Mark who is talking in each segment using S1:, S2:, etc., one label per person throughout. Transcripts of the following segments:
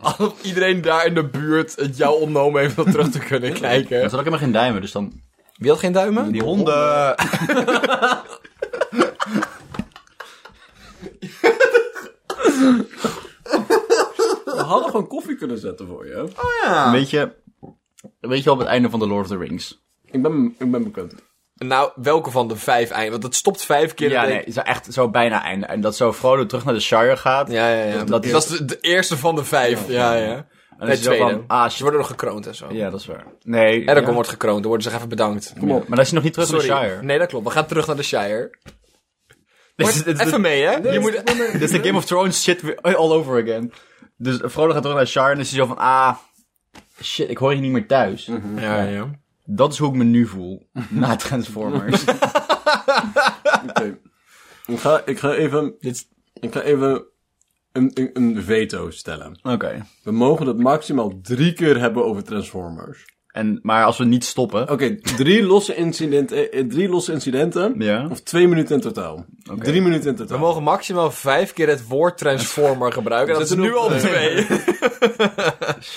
S1: alsof iedereen daar in de buurt het jou ontnomen heeft om terug te kunnen kijken.
S2: Er zat ook helemaal geen duimen, dus dan...
S1: Wie had geen duimen?
S2: Die honden...
S3: We hadden gewoon koffie kunnen zetten voor je.
S1: Ah.
S2: Weet je... Weet je wel op het einde van The Lord of the Rings?
S3: Ik ben, ik ben bekend.
S1: Nou, welke van de vijf eind? Want het stopt vijf keer.
S2: Ja,
S1: dat ik-
S2: nee, zo echt zo bijna einde. En dat zo Frodo terug naar de Shire gaat.
S1: ja, ja, ja. Dat,
S2: Dat is-
S1: is de, de eerste van de vijf. Ja, ja.
S2: En
S1: Nee,
S2: is hij zo
S1: tweede.
S2: van, ah,
S1: Ze
S2: shit.
S1: worden nog gekroond en zo.
S2: Ja, dat is waar. Nee.
S1: Eragon
S2: ja.
S1: wordt gekroond, dan worden ze echt even bedankt.
S3: Kom op.
S2: Maar dan is hij nog niet terug
S1: Sorry.
S2: naar de Shire.
S1: Nee, dat klopt. We gaan terug naar de Shire.
S2: Dit is-
S1: Wordt-
S2: dit is-
S1: even mee, hè? Je moet...
S2: Dit is de Game of Thrones shit weer- all over again. Dus Frodo gaat terug naar Shire en is hij zo van, ah, shit, ik hoor je niet meer thuis.
S1: Ja, ja.
S2: Dat is hoe ik me nu voel, na Transformers.
S3: Oké. Ik, ga, ik ga even... Ik ga even een, een, een veto stellen.
S2: Oké.
S3: We mogen het maximaal drie keer hebben over Transformers.
S2: En, maar als we niet stoppen...
S1: Oh.
S3: Oké, drie, losse incidenten, eh, drie losse incidenten.
S2: Ja.
S3: Of twee minuten in totaal. Drie minuten in totaal.
S1: We mogen maximaal vijf keer het woord Transformer gebruiken. En dat is
S3: Zet er
S1: nu
S3: nog-
S1: al twee.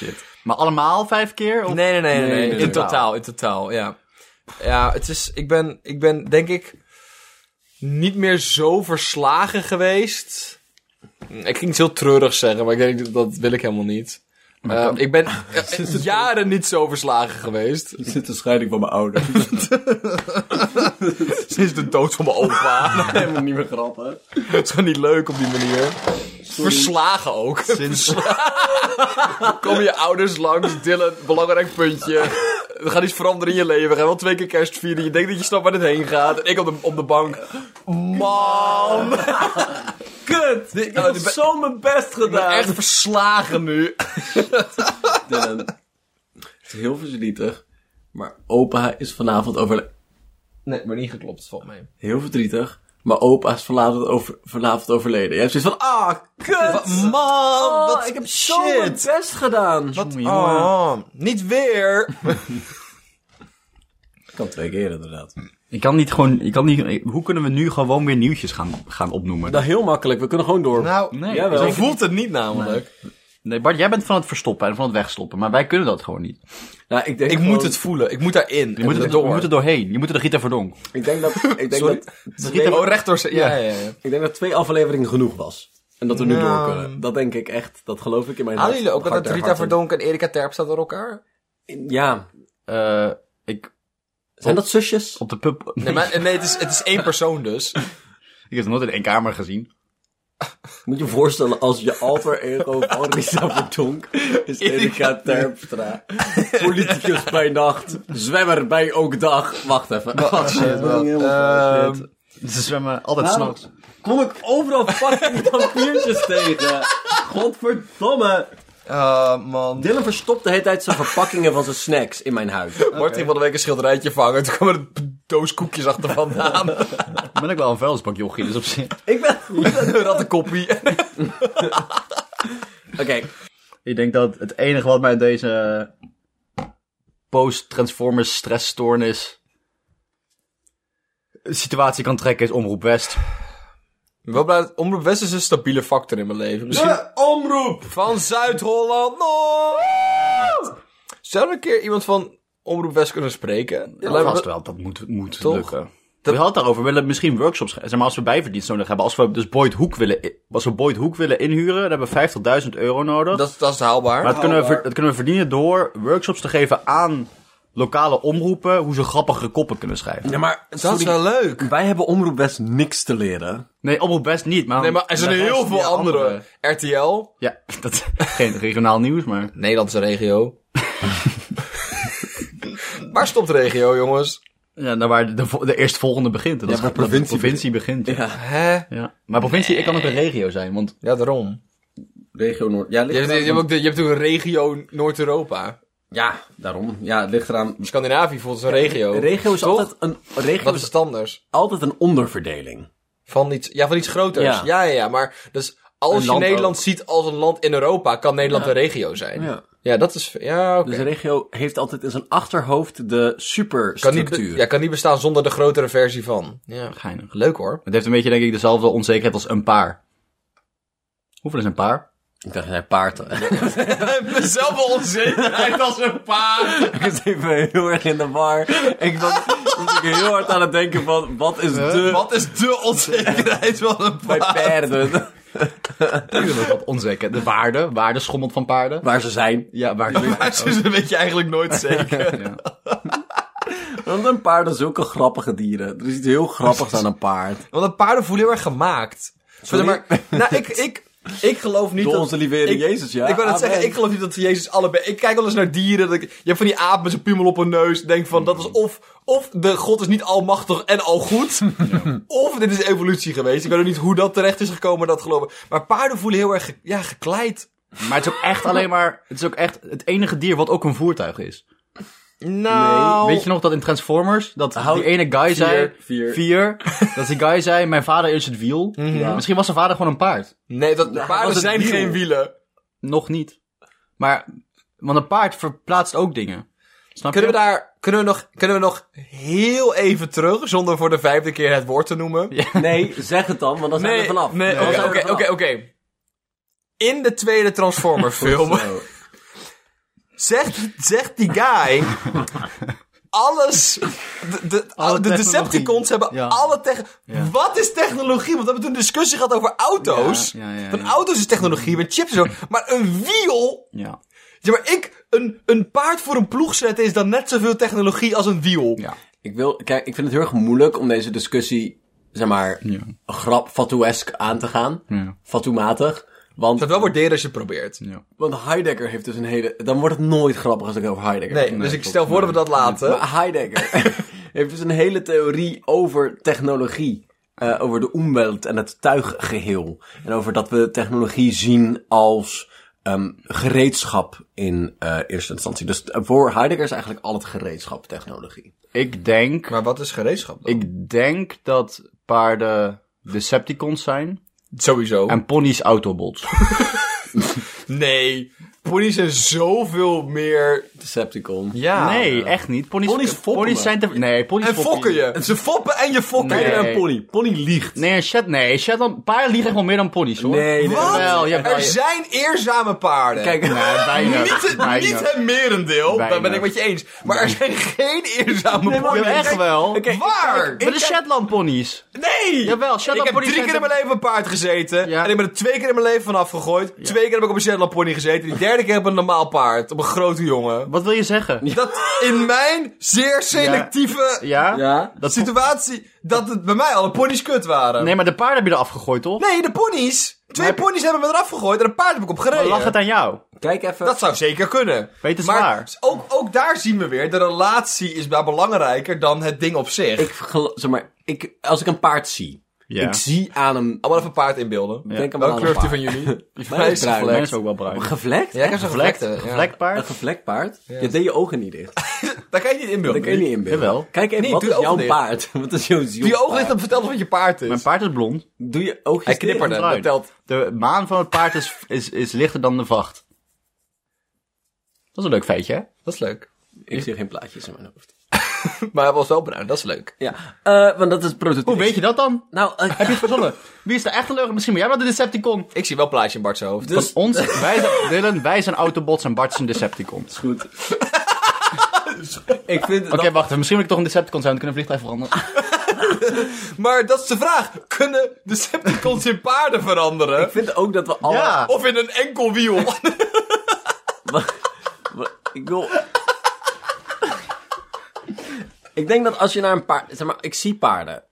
S1: Nee,
S2: Maar allemaal vijf keer? Of...
S1: nee, nee. nee,
S3: Nee, nee,
S1: In
S3: nee.
S1: totaal, in totaal, ja. Ja, het is... Ik ben, ik ben denk ik niet meer zo verslagen geweest. Ik ging iets heel treurig zeggen, maar ik denk dat- dat wil ik helemaal niet. Eh, ik ben eh, jaren niet zo verslagen geweest.
S3: Er zit de scheiding van mijn ouders.
S1: Sinds de dood van mijn opa.
S3: Helemaal niet meer grappig.
S1: Het is gewoon niet leuk op die manier. Verslagen ook.
S2: Sinds...
S1: Komen je ouders langs, Dylan, belangrijk puntje. Er gaat iets veranderen in je leven. We gaan wel twee keer kerst vieren. Je denkt dat je snapt waar dit heen gaat. En ik op de, op de bank. Man!
S3: Kut! Ik heb zo mijn best
S1: Ik ben
S3: gedaan.
S1: echt verslagen nu.
S3: Dylan. Het is heel verdrietig. Maar opa is vanavond over...
S1: Nee, maar niet geklopt, volgens mij.
S3: Heel verdrietig. Maar opa is vanavond, over... vanavond overleden. Je hebt zoiets van... Ah, kut!
S1: Man,
S3: Ah,
S1: wat
S3: ik heb zo mijn best gedaan.
S1: Wat? Oh, niet weer.
S3: kan twee keer inderdaad.
S2: Ik kan niet gewoon... Ik kan niet... Hoe kunnen we nu gewoon weer nieuwtjes gaan, gaan opnoemen?
S3: Nou, heel makkelijk. We kunnen gewoon door.
S1: Nou,
S2: Nee,
S3: jawel.
S1: zo
S2: zeker niet.
S1: voelt het niet namelijk.
S2: nee, Bart, jij bent van het verstoppen en van het wegstoppen, maar wij kunnen dat gewoon niet.
S3: Nou, ik denk
S1: Ik
S3: gewoon-
S1: moet het voelen. Ik moet daarin.
S2: Je moet er, door. Je moet er doorheen. Je moet er de Gita verdonk.
S3: Ik denk dat... Ik denk
S1: Sorry.
S3: dat
S1: Oh, rechtdoor. Ja, ja, ja.
S3: Ik denk dat twee afleveringen genoeg was. En dat we nu
S1: Nou.
S3: door kunnen. Dat denk ik echt. Dat geloof ik in mijn
S1: Hadden
S3: hart-
S1: jullie ook dat
S3: hart-
S1: Rita
S3: hart-
S1: Verdonk en Erika Terp staat door elkaar?
S3: Ja.
S2: Eh, ik...
S3: Zijn dat zusjes?
S2: Op de pub...
S1: Nee, maar, nee het, is, het is één persoon dus.
S2: Ik heb het nooit in één kamer gezien.
S3: Moet je je voorstellen als je alter ego van Rita Verdonk is Erika Terpstra. Politicus bij nacht, zwemmer bij ook dag. Wacht even.
S1: Eh,
S2: Ehm, Ze zwemmen altijd
S3: Waarom
S2: s'nachts.
S3: kom ik overal fucking vampiertjes tegen? Godverdomme.
S1: man.
S3: Dylan verstopt de hele tijd zijn verpakkingen van zijn snacks in mijn huis.
S1: Bart ging van de week een schilderijtje vangen. Toen kwam er een doos koekjes achter vandaan.
S2: Ik ben ook wel een vuilnisbak, jochie, dus op zich.
S3: Ik ben...
S1: Rattenkoppie.
S3: Oké,
S2: Ik denk dat het enige wat mij deze post-Transformers stressstoornis situatie kan trekken is Omroep West.
S1: Wel blij dat Omroep West is een stabiele factor in mijn leven. Misschien
S3: omroep!
S1: van Zuid-Holland Noord. Zou er een keer iemand van Omroep West kunnen spreken?
S2: Ja,
S1: Lijkt me-
S2: vast wel, dat moet, moet
S1: Toch?
S2: lukken.
S1: Dat-
S2: We hadden het daarover, we willen misschien workshops, zeg maar als we bijverdienst nodig hebben, als we dus Boyd Hoek willen, i- als we Boyd Hoek willen inhuren, dan hebben we 50.000 euro nodig.
S1: dat, dat is haalbaar.
S2: Maar dat kunnen, we, ver-
S3: haalbaar.
S2: dat kunnen we verdienen door workshops te geven aan lokale omroepen hoe ze grappige koppen kunnen schrijven.
S3: Ja, maar
S1: dat is wel leuk.
S3: Wij hebben Omroep West niks te leren.
S2: Nee, omroep best niet, maar...
S1: Nee, maar er zijn
S2: de
S1: heel
S2: rest,
S1: veel
S2: ja,
S1: andere. RTL.
S2: Ja, dat is geen regionaal nieuws, maar...
S1: Nederlandse regio. Waar stopt regio, jongens?
S2: Ja, nou waar de, de, vo- de eerstvolgende begint. Dat
S3: Ja,
S2: is
S3: waar
S2: dat de
S3: provincie
S2: begint. Ja.
S1: Hè?
S2: Ja. Maar provincie kan ook een regio zijn, want...
S1: Ja, daarom.
S3: Regio Noord. Ja,
S1: Je hebt, je hebt ook de- je hebt ook een regio Noord-Europa.
S3: ja daarom. Ja, het ligt eraan.
S1: Scandinavië voelt als een regio.
S3: regio is
S1: Toch?
S3: altijd een, regio
S1: Wat
S3: is
S1: is het anders?
S3: altijd een onderverdeling.
S1: Van iets, ja, van iets groters. Ja,
S3: Ja.
S1: ja, ja. maar dus als
S3: Een
S1: je
S3: land
S1: Nederland ziet als een land in Europa, kan Nederland een regio zijn. Ja,
S3: Ja.
S1: dat is... Ja, oké.
S3: Dus een regio heeft altijd in zijn achterhoofd de
S1: kan niet, be-
S3: superstructuur.
S1: ja, kan niet bestaan zonder de grotere versie van. Ja.
S2: Geinig.
S1: Leuk hoor.
S2: Het heeft een beetje, denk ik, dezelfde onzekerheid als een paar. Hoeveel is een paar?
S3: Ik dacht, naar paarden.
S1: Mezelf wel onzekerheid als een paard.
S3: Ik was even heel erg in de war. Ik was, was ik heel hard aan het denken van, wat is de...
S1: Wat is de onzekerheid van een
S3: bij
S1: paard?
S3: paarden.
S2: Ik ben ook wat onzeker. De waarde, waarde schommelt van paarden.
S3: Waar ze zijn.
S2: Ja, waarde.
S1: Maar ze weet je eigenlijk nooit zeker.
S3: Want een paard is zulke grappige dieren. Er is iets heel grappigs aan een paard.
S1: Want een paarden voelen heel erg gemaakt. Zeg maar, nou, ik, ik, ik geloof niet
S3: Door
S1: dat...
S3: onze lieve Heer
S1: ik-
S3: Jezus, ja. Ah,
S1: ik wil net
S3: Amen.
S1: zeggen, ik geloof niet dat Jezus allebei... Ik kijk wel eens naar dieren. Dat ik, je hebt van die aap met zijn piemel op hun neus. Denk van, dat
S3: Hmm.
S1: is of... Of de God is niet almachtig en al goed. Of dit is evolutie geweest. Ik weet ook niet hoe dat terecht is gekomen, dat geloof ik. Maar paarden voelen heel erg ge- ja, gekleid.
S2: Maar het is ook echt alleen maar. Het is ook echt het enige dier wat ook een voertuig is.
S1: Nou...
S2: Weet je nog dat in Transformers. dat die ene guy zei.
S3: vier.
S2: dat die guy zei: Mijn vader is het wiel.
S1: Mhm.
S2: Ja. Misschien was zijn vader gewoon een paard.
S1: Nee, dat,
S3: was
S1: paarden
S3: het
S1: zijn
S3: wiel.
S1: geen wielen.
S2: Nog niet. Maar. Want een paard verplaatst ook dingen. Snap
S1: Kunnen
S2: je?
S1: we daar... Kunnen we, nog, kunnen we nog heel even terug, zonder voor de vijfde keer het woord te noemen?
S3: Nee, zeg het dan, want dan zijn we
S1: Nee,
S3: er vanaf.
S1: nee,
S3: Dan
S1: oké,
S3: zijn we
S1: oké,
S3: er
S1: oké,
S3: vanaf.
S1: oké. In de tweede Transformer film
S3: Zo.
S1: zegt, zegt die guy alles. De, de,
S2: Alle
S1: de
S2: technologie.
S1: Decepticons hebben
S2: Ja.
S1: alle tech. Wat is technologie? Want we hebben toen een discussie gehad over auto's.
S2: Ja, ja, ja,
S1: Van
S2: ja.
S1: auto's is technologie, met chips en zo. Maar een wiel.
S2: Ja.
S1: Ja, maar ik. Een, een paard voor een ploeg zetten is dan net zoveel technologie als een wiel.
S2: Ja.
S3: Ik wil, kijk, ik vind het heel erg moeilijk om deze discussie, zeg maar, grap Fatou-esk aan te gaan.
S2: Ja.
S3: Fatou-matig. Want,
S1: Dat wel waarderen als je het probeert.
S3: want Heidegger heeft dus een hele... Dan wordt het nooit grappig als ik over Heidegger
S1: Nee, dus ik stel voor dat we dat laten.
S3: Maar Heidegger heeft dus een hele theorie over technologie. eh, over de omwelt en het tuiggeheel. En over dat we technologie zien als ehm, gereedschap in eh, eerste instantie. Dus eh, voor Heidegger is eigenlijk al het gereedschap technologie.
S2: Ik denk.
S1: Maar wat is gereedschap dan?
S2: Ik denk dat paarden Decepticons zijn.
S1: Sowieso.
S2: En ponies Autobots.
S1: Nee, ponies zijn zoveel meer.
S3: Decepticon.
S1: Ja.
S2: nee, echt niet. Ponies,
S3: Ponies foppen me.
S2: zijn te... Nee, ponies
S1: En fokken
S2: me.
S1: je. Ze foppen en je fokken
S2: Nee.
S1: je.
S3: En Pony. Pony liegt.
S2: Nee, een Shet, nee, Shetland, paarden liegen echt wel meer dan ponies, hoor.
S3: Nee, nee.
S1: Wat?
S2: Jawel, jawel.
S1: er zijn eerzame paarden.
S3: Kijk,
S2: Nee, bijna.
S1: niet,
S2: bijna.
S1: niet het merendeel,
S2: Bijna.
S1: daar ben ik met je eens. Maar er zijn geen eerzame
S2: Ja,
S1: paarden.
S2: echt wel.
S3: Oké,
S1: Waar?
S2: Met de Shetland ponies.
S1: Nee!
S2: Jawel,
S1: ik
S2: Shetland
S1: heb
S2: ponies
S1: drie
S2: zijn
S1: keer in
S2: te-
S1: mijn leven op een paard gezeten.
S2: Ja.
S1: En ik ben er twee keer in mijn leven vanaf gegooid. Twee keer heb ik op een Shetland pony gezeten. Die derde keer op een normaal paard. Op een grote jongen.
S2: Wat wil je zeggen?
S1: Dat in mijn zeer selectieve
S2: Ja?
S3: Ja.
S1: De
S2: Dat
S1: situatie dat het bij mij alle ponies kut waren.
S2: Nee, maar de paarden heb je eraf gegooid, toch?
S1: Nee, de ponies. Twee ponies hebben me eraf gegooid en een paard heb ik op gereden.
S2: Lag het aan jou?
S3: Kijk even.
S1: Dat zou zeker kunnen.
S2: Weet het
S1: maar
S2: waar.
S1: Ook, ook daar zien we weer, de relatie is daar belangrijker dan het ding op zich.
S3: Ik, gel- zeg maar, ik, als ik een paard zie.
S2: Ja.
S3: Ik zie aan hem. oh,
S1: Allemaal even een paard inbeelden.
S3: Denk aan
S1: Welke
S3: een
S1: kleur heeft die
S3: paard.
S1: van jullie?
S3: Mijn is bruin.
S2: Mijn is ook wel bruin.
S3: Gevlekt?
S1: Ja, ik heb zo'n
S2: Gevlekt,
S1: gevlekte. ja.
S2: gevlekt
S3: Een
S2: paard.
S3: gevlekt paard? Je deed je ogen niet dicht.
S1: Daar kan je niet inbeelden.
S3: Dat kan je niet inbeelden.
S2: Jawel.
S3: Kijk even,
S1: Nee,
S3: wat
S1: doe
S3: is
S1: je ogen
S3: jouw
S1: dicht.
S3: paard? Wat is jouw ziel?
S1: Doe je ogen dicht en vertel wat je paard is.
S2: Mijn paard is blond.
S3: Doe je oogjes
S1: Hij knipperde.
S3: dicht?
S2: Bruin.
S1: Dat telt.
S2: De maan van het paard is, is, is lichter dan de vacht. Dat is een leuk feitje, hè?
S1: Dat is leuk.
S3: Ik zie geen plaatjes in mijn hoofd.
S1: Maar hij was wel bruin, dat is leuk.
S3: Ja, eh, want dat is prototype.
S2: Hoe weet je dat dan?
S3: Nou, eh,
S2: Heb je het verzonnen? Wie is de echte leugen? Misschien ben jij wel de Decepticon.
S1: Ik zie wel plaatje in Bart's hoofd.
S2: Van
S3: dus-
S2: ons, wij zijn, Dylan, wij zijn Autobots en Bart is een Decepticon. Oké,
S3: goed. ik vind dat...
S2: wacht even. Misschien moet ik toch een Decepticon zijn. Dan kunnen we vliegtuig veranderen.
S1: Maar dat is de vraag. Kunnen Decepticons in paarden veranderen?
S3: Ik vind ook dat we alle...
S2: Ja.
S1: Of in een enkel wiel.
S3: Ik wil... ik denk dat als je naar een paard... Zeg maar, ik zie paarden.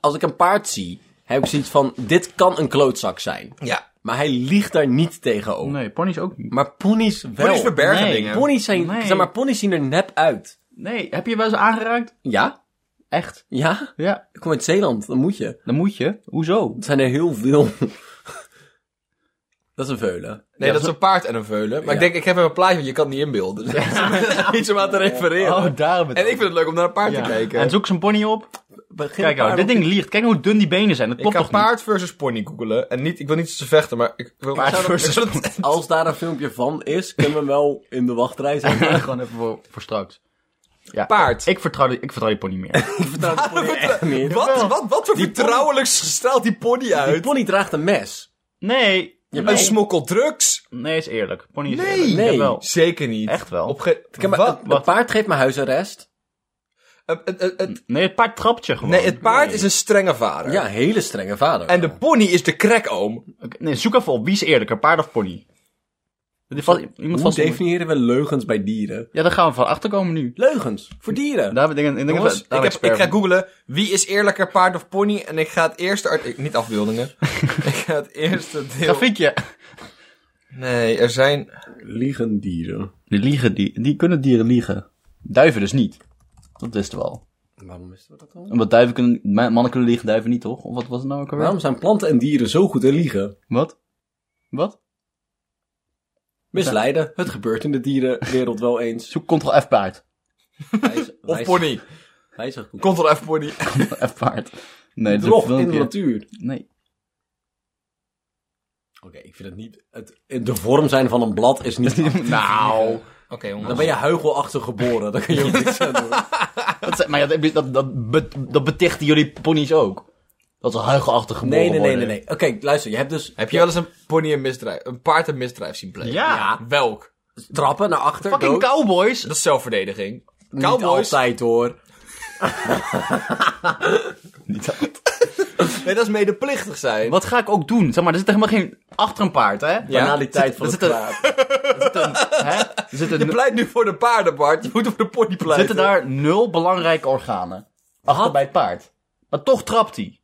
S3: Als ik een paard zie, heb ik zoiets van... Dit kan een klootzak zijn.
S1: ja.
S3: Maar hij liegt daar niet tegenover.
S2: Ah, Nee, ponies ook niet.
S3: Maar ponies wel.
S1: Ponies verbergen
S2: nee.
S1: dingen.
S3: Ponies zijn...
S2: Nee.
S3: Zeg maar, ponies zien er nep uit.
S2: Nee, heb je wel eens aangeraakt?
S3: Ja?
S2: Echt?
S3: Ja?
S2: Ja,
S3: Ik kom uit Zeeland, dan moet je.
S2: dan moet je. Hoezo?
S3: Er zijn er heel veel. dat is een veulen.
S1: Nee, dat is een paard en een veulen. Maar ik denk, ik heb even een plaatje, want je kan het niet inbeelden. Dus Iets om aan te refereren.
S2: Oh, daarom
S1: en ik vind het leuk om naar een paard te kijken.
S2: En zoek zijn pony op. Kijk nou, dit ding liegt. Kijk hoe dun die benen zijn. Dat
S1: ik
S2: klopt
S1: ga
S2: toch niet?
S1: paard versus pony googelen. En niet, ik wil niet dat ze vechten, maar ik wil...
S2: Paard
S1: ik zou dat-
S2: versus
S1: ik zou dat-
S3: Als daar een filmpje van is, kunnen we hem wel in de wachtrij zetten.
S2: Gewoon even voor, voor straks. Ja,
S1: Paard.
S2: Ik vertrouw, die, ik vertrouw die pony meer.
S3: Ik vertrouw de pony echt niet.
S1: Wat, wat, wat voor vertrouwelijks straalt die pony
S3: Die
S1: uit?
S3: pony draagt een mes.
S2: Nee,
S1: Een smokkel drugs?
S2: Nee, is eerlijk. Pony is
S1: Nee.
S2: eerlijk. Ik
S3: Nee.
S2: heb wel.
S1: Zeker niet.
S2: Echt wel.
S1: Op ge-
S3: Ik heb maar-
S1: Wat?
S3: een, een paard geeft me huisarrest.
S1: Eh, eh, eh, het-
S2: Nee, het paard trapt je gewoon.
S1: nee, het paard is een strenge vader.
S3: Ja, hele strenge vader.
S1: En de pony is de crackoom.
S2: Oké, nee, zoek even op. Wie is eerlijker, paard of pony? Dat is vast, iemand
S3: Hoe
S2: vast
S3: definiëren we leugens bij dieren?
S2: Ja, daar gaan we van achterkomen nu.
S3: Leugens voor dieren.
S2: Daar ben ik, ik, denk
S1: Jongens,
S2: dat- daar
S1: ik, heb,
S2: ben
S1: ik ga
S2: expert van.
S1: googlen wie is eerlijker paard of pony. En ik ga het eerste... art- ik- niet afbeeldingen. ik ga het eerste deel...
S2: Grafiekje.
S1: Nee, er zijn...
S3: Liegen dieren.
S2: Die liegen, die, die kunnen dieren liegen. Duiven dus niet. Dat wisten we al.
S3: Waarom wisten we dat dan?
S2: Omdat duiven kunnen, ma- mannen kunnen liegen, duiven niet toch? Of wat was het nou ook alweer?
S3: Waarom zijn planten en dieren zo goed in liegen?
S2: Wat? Wat?
S3: Misleiden. Het gebeurt in de dierenwereld wel eens.
S2: Zoek ctrl F paard.
S1: Of pony.
S3: Hij zegt goed.
S1: Ctrl F pony.
S2: Ctrl F paard. Nee, dat is
S3: Bedrog
S2: een
S3: in de
S2: filmpje.
S3: natuur.
S2: Nee.
S3: Oké, ik vind het niet... Het, de vorm zijn van een blad is niet...
S2: Nou.
S1: Oké, jongens.
S3: Dan ben je huichelachtig geboren. Dan kun je ook niks aan doen.
S2: Dat, zijn- maar ja, dat, dat, dat, be- dat betichten jullie ponies ook. Dat ze huigelachtig geboren
S3: Nee, nee, nee, nee.
S2: worden.
S3: nee. Oké, luister. Je hebt dus...
S1: Heb je wel eens een pony een misdrijf... Een paard een misdrijf zien plegen?
S2: Ja.
S1: Welk?
S3: Trappen naar achter.
S2: Fucking
S3: dood.
S2: cowboys.
S1: Dat is zelfverdediging.
S3: Niet
S1: Cowboys.
S3: altijd hoor.
S1: Nee, dat is medeplichtig zijn.
S2: Wat ga ik ook doen? Zeg maar, er zit helemaal geen achter een paard, hè?
S1: Ja.
S3: Banaliteit van
S2: Er
S3: het eh,
S2: zit een-
S3: kwaad.
S2: Hè? Er zitten,
S1: Je pleit nu voor de paarden, Bart. Je moet voor de pony
S2: er
S1: pleiten.
S2: zitten daar nul belangrijke organen. Achter bij het paard. Maar toch trapt hij.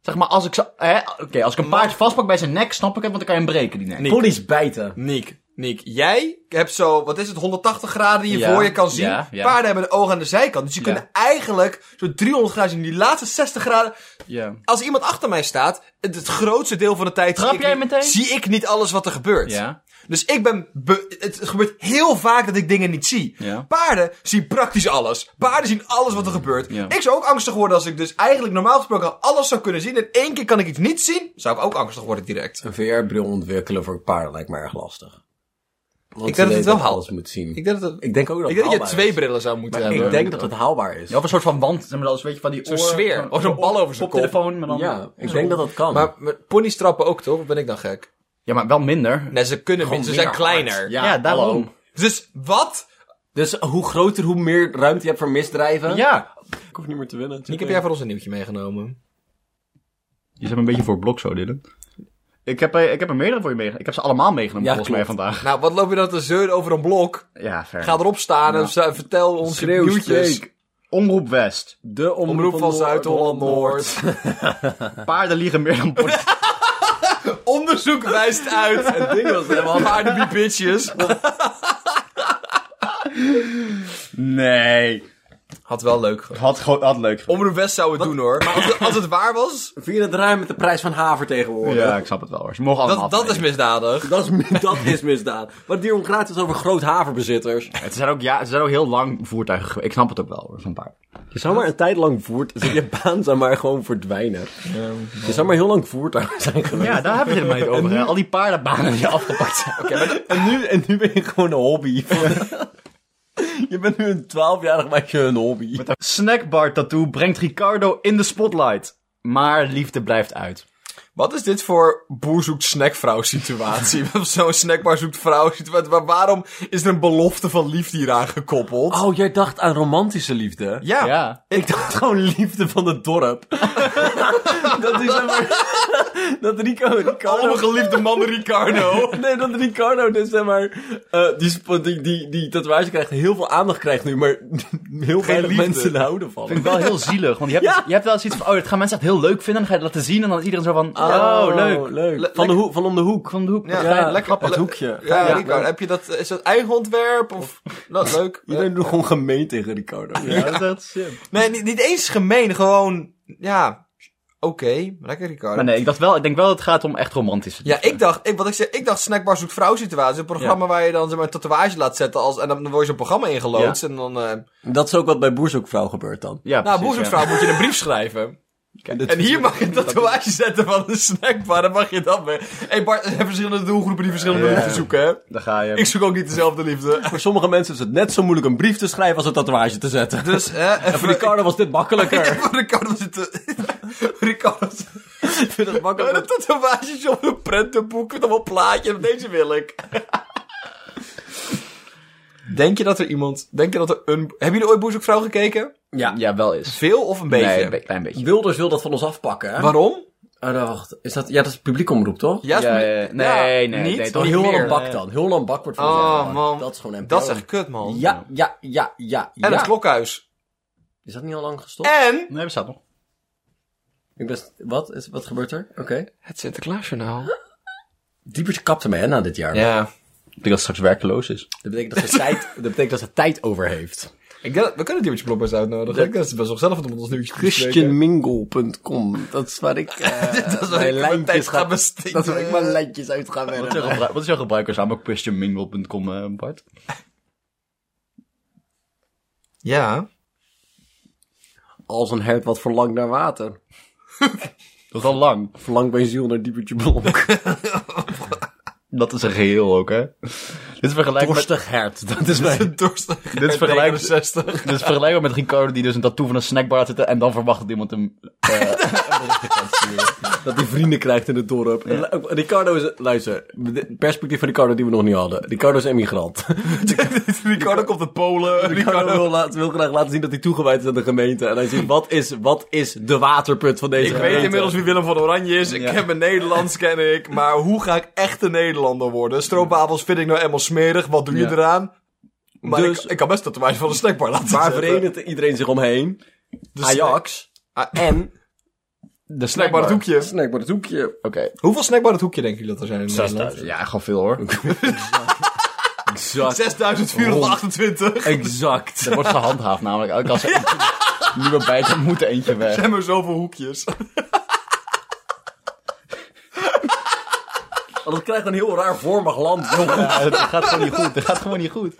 S2: Zeg maar, als ik, zo, hè? Oké, als ik een paard vastpak bij zijn nek, snap ik het, want dan kan je hem breken, die nek.
S1: Nee.
S3: Ponies bijten.
S1: Niek, Niek, jij hebt zo, wat is het, 180 graden die je
S2: Ja,
S1: voor je kan zien.
S2: ja, ja.
S1: Paarden hebben een oog aan de zijkant. Dus je
S2: Ja.
S1: kunt eigenlijk zo'n 300 graden zien. Die laatste 60 graden.
S2: Ja.
S1: Als iemand achter mij staat, het, het grootste deel van de tijd...
S2: Trap
S1: zie ik
S2: jij
S1: niet-
S2: meteen?
S1: Zie ik niet alles wat er gebeurt.
S2: Ja.
S1: Dus ik ben... be- het gebeurt heel vaak dat ik dingen niet zie.
S2: Ja.
S1: Paarden zien praktisch alles. Paarden zien alles wat er gebeurt.
S2: Ja.
S1: Ik zou ook angstig worden als ik dus eigenlijk normaal gesproken alles zou kunnen zien. En één keer kan ik iets niet zien, zou ik ook angstig worden direct.
S3: Een VR-bril ontwikkelen voor paarden lijkt me erg lastig. Want
S1: Ik denk dat
S3: ze
S1: het
S3: weten
S1: wel haalt.
S3: alles moet zien.
S1: Ik denk dat, het-
S3: Ik denk ook dat
S1: ik denk dat je
S3: het haalbaar
S1: twee
S3: is.
S1: brillen zou moeten
S2: Maar
S1: hebben.
S3: Ik denk dat het haalbaar is.
S2: Ja, of een soort van wand, zeg maar, als weet je, van die
S1: Zo'n
S2: oor-
S1: sfeer.
S2: zo'n-
S1: Of zo'n bal over zijn kop.
S2: Koptelefoon, maar dan...
S3: Ja, ik denk dat dat kan.
S1: Maar maar ponies trappen ook, toch? Of ben ik dan gek?
S2: Ja, maar wel minder.
S1: Nee, ze kunnen
S3: Gewoon
S1: minder. Ze zijn
S3: minder hard.
S1: kleiner.
S3: Ja,
S2: Ja, daarom.
S3: hallo.
S1: Dus wat?
S3: Dus hoe groter, hoe meer ruimte je hebt voor misdrijven.
S2: Ja.
S3: Ik hoef niet meer te winnen.
S1: Nick, heb jij voor ons een nieuwtje meegenomen?
S2: Je zet me een beetje voor het blok zo, Dylan. Ik heb, eh, ik heb er meerdere voor je meegenomen. Ik heb ze allemaal meegenomen,
S3: Ja,
S2: volgens mij
S3: klopt.
S2: vandaag.
S1: Nou, wat loop je dan te zeuren over een blok?
S2: Ja, ver.
S1: Ga erop staan en z- vertel ons je nieuwtjes.
S2: Omroep West.
S3: De omroep,
S1: Omroep van Zuid-Holland-Noord.
S2: Paarden liegen meer dan pony.
S1: Onderzoek wijst uit. Het ding was helemaal paarden be bitches.
S2: Nee.
S1: Had wel leuk gehad.
S2: Had, gewoon- had leuk. geweest.
S1: Omroep West zou het doen hoor. Maar als, als het waar was,
S3: Via het ruim met de prijs van haver tegenwoordig.
S2: Oh, Ja, ik snap het wel hoor. Ze mogen allemaal
S1: dat, dat is
S2: afwijken.
S1: misdadig.
S3: Dat, is, dat is misdaad. Wat die ongraat is over groot haverbezitters.
S2: Het zijn ook, ja, ze zijn ook heel lang voertuigen geweest. Ik snap het ook wel hoor, van paard.
S3: Je zou maar een tijd lang voert... Je baan zou maar gewoon verdwijnen. je zou maar heel lang voertuig zijn geweest.
S2: Ja, daar hebben we het helemaal niet over. hè. Al die paardenbanen die afgepakt zijn.
S3: En nu, en nu ben je gewoon een hobby. je bent nu een 12-jarig meisje een hobby.
S2: Snackbar tattoo brengt Ricardo in de spotlight. Maar liefde blijft uit.
S1: Wat is dit voor boer zoekt snackvrouw situatie? Of Zo'n snackbar zoekt vrouw situatie. Waar- Waarom is er een belofte van liefde hieraan gekoppeld?
S3: Oh, jij dacht aan romantische liefde?
S1: ja.
S2: Ja.
S3: Ik dacht gewoon liefde van het dorp. dat is zeg maar... dat Rico, Ricardo...
S1: geliefde man Ricardo.
S3: Nee, dat Ricardo dus zeg maar... eh, die, sp- die, die, die tatoeage krijgt heel veel aandacht krijgt nu, maar heel weinig
S1: liefde.
S3: mensen houden van
S2: Vind ik wel heel zielig. Want je hebt,
S3: Ja.
S2: je hebt wel eens iets van, oh, dit gaan mensen echt heel leuk vinden. Dan ga je het laten zien en dan is iedereen zo van, oh, leuk.
S3: leuk. Van, de hoek, van om de hoek.
S2: Van de hoek.
S1: Ja,
S2: Ja,
S1: lekker.
S2: grappig.
S3: Het hoekje.
S1: Ja, Ricardo, heb je dat, is dat eigen ontwerp? Of, nou, leuk.
S3: Iedereen doet gewoon gemeen tegen Ricardo.
S2: Ja, dat is echt shit.
S1: Nee, niet, niet eens gemeen, gewoon, ja, oké, lekker Ricardo.
S2: Maar nee, ik, dacht wel, ik denk wel dat het gaat om echt romantische
S1: Ja, ik dacht, ik, wat ik zei, ik dacht snackbar zoekt vrouw situatie. Een programma waar je dan zeg maar, een tatoeage laat zetten als, en dan dan word je zo'n programma ingeloodst. En dan, eh
S3: Dat is ook wat bij Boerzoekvrouw gebeurt dan.
S2: Ja,
S1: nou,
S2: precies,
S1: boezemvrouw moet je een brief schrijven.
S3: dit
S1: En hier mag je een tatoeage zetten van een snackbar, dan mag je dat mee. Hé hey Bart, er zijn verschillende doelgroepen die verschillende liefde zoeken, hè?
S2: ja. Daar ga je.
S1: Ik zoek ook niet dezelfde liefde.
S3: Voor sommige mensen is het net zo moeilijk een brief te schrijven als een tatoeage te zetten.
S1: Dus, hè,
S3: En voor Ricardo was dit makkelijker.
S1: Ricardo zit te... Ricardo zit-
S3: Ik vind het makkelijk.
S1: Een tatoeages op een prentenboek met allemaal plaatjes. Deze wil ik. Denk je dat er iemand... Denk je dat er een... Hebben jullie ooit Boezekvrouw gekeken?
S3: Ja.
S2: Ja, wel is.
S1: Veel of een beetje?
S2: Nee, een be- klein beetje.
S3: Wilders wil dat van ons afpakken, hè?
S1: Waarom?
S3: Oh, nou, wacht. Is dat, ja, dat is publiek omroep, toch?
S1: Ja, is-
S2: Ja, ja, ja. Nee,
S1: ja,
S2: nee, nee,
S1: niet.
S2: toch
S1: niet
S3: heel
S1: meer.
S3: lang bak dan. Heel lang bak wordt van
S1: Oh,
S3: gezegd, maar
S1: man.
S3: Dat is gewoon
S1: Dat is
S3: empowerment.
S1: echt kut, man.
S3: Ja, ja, ja, ja, ja.
S1: En Eh. het klokhuis.
S3: Is dat niet al lang gestopt?
S1: En...
S2: Nee, bestaat nog.
S3: Ik ben, wat? Is, wat gebeurt er? Oké.
S1: Het Sinterklaasjournaal.
S3: Diepertje kapte mij, hè, na dit jaar.
S1: Ja.
S2: Ik denk dat het straks werkeloos is.
S3: Dat betekent dat ze tijd, dat betekent dat ze tijd over heeft.
S1: Ik denk, dat- we kunnen die beetje bloppers uitnodigen. Ik denk dat is best wel zelf om ons nieuwtje te bespreken.
S3: Christianmingle.com. Dat is waar ik, eh,
S1: Dat is waar ik mijn tijd ga besteden.
S3: Dat is waar ik mijn lijntjes uit ga
S2: Wat is jouw,
S3: werken.
S2: gebruik, wat is jouw gebruikersnaam op christianmingle.com, eh, Bart?
S1: Ja.
S3: Als een hert wat verlangt naar water.
S2: Dat is al lang.
S3: Verlangt mijn ziel naar diepertje blok.
S2: Dat is een geheel ook, hè? Dit is vergelijkbaar met,
S3: Dorstig hert. Dat is mijn...
S1: Een dorstig.
S2: Dit is vergelijk-
S1: 60.
S2: dit is vergelijkbaar met Ricardo die dus een tattoo van een snackbar had zitten en dan verwacht dat iemand hem... eh,
S3: Dat hij vrienden krijgt in het dorp. En la- Ricardo is... Luister, het perspectief van Ricardo die we nog niet hadden. Ricardo is immigrant.
S1: Ricardo komt uit Polen.
S3: Ricardo wil, laat- wil graag laten zien dat hij toegewijd is aan de gemeente. En hij ziet, wat is, wat is de waterput van deze
S1: Ik
S3: gemeente?
S1: weet inmiddels wie Willem van Oranje is. Ik
S2: Ja.
S1: ken mijn Nederlands, ken ik. Maar hoe ga ik echt een Nederlander worden? Stroopwafels vind ik nou eenmaal smerig. Wat doe je
S2: Ja.
S1: eraan? Maar
S3: Dus-
S1: ik, ik kan best tatoeage van een snackbar laten
S3: Waar
S1: zetten.
S3: verenigt iedereen zich omheen?
S1: De
S3: Ajax.
S1: snack- Ah,
S3: En...
S2: de
S1: snackbar het hoekje.
S3: Snackbar het hoekje.
S2: Oké.
S1: Hoeveel snackbar het hoekje denken jullie dat er zijn in Nederland?
S2: 6000. Ja, gewoon veel hoor.
S3: Exact.
S1: 6428.
S3: Exact.
S2: Dat wordt gehandhaafd namelijk. Elke als er eentje nieuwe bij dan moet er eentje
S1: Er
S2: weg.
S1: zijn maar zoveel hoekjes.
S3: Want het krijgt een heel raar vormig land, jongen.
S2: Ja, het gaat gewoon niet goed. Het gaat gewoon niet goed.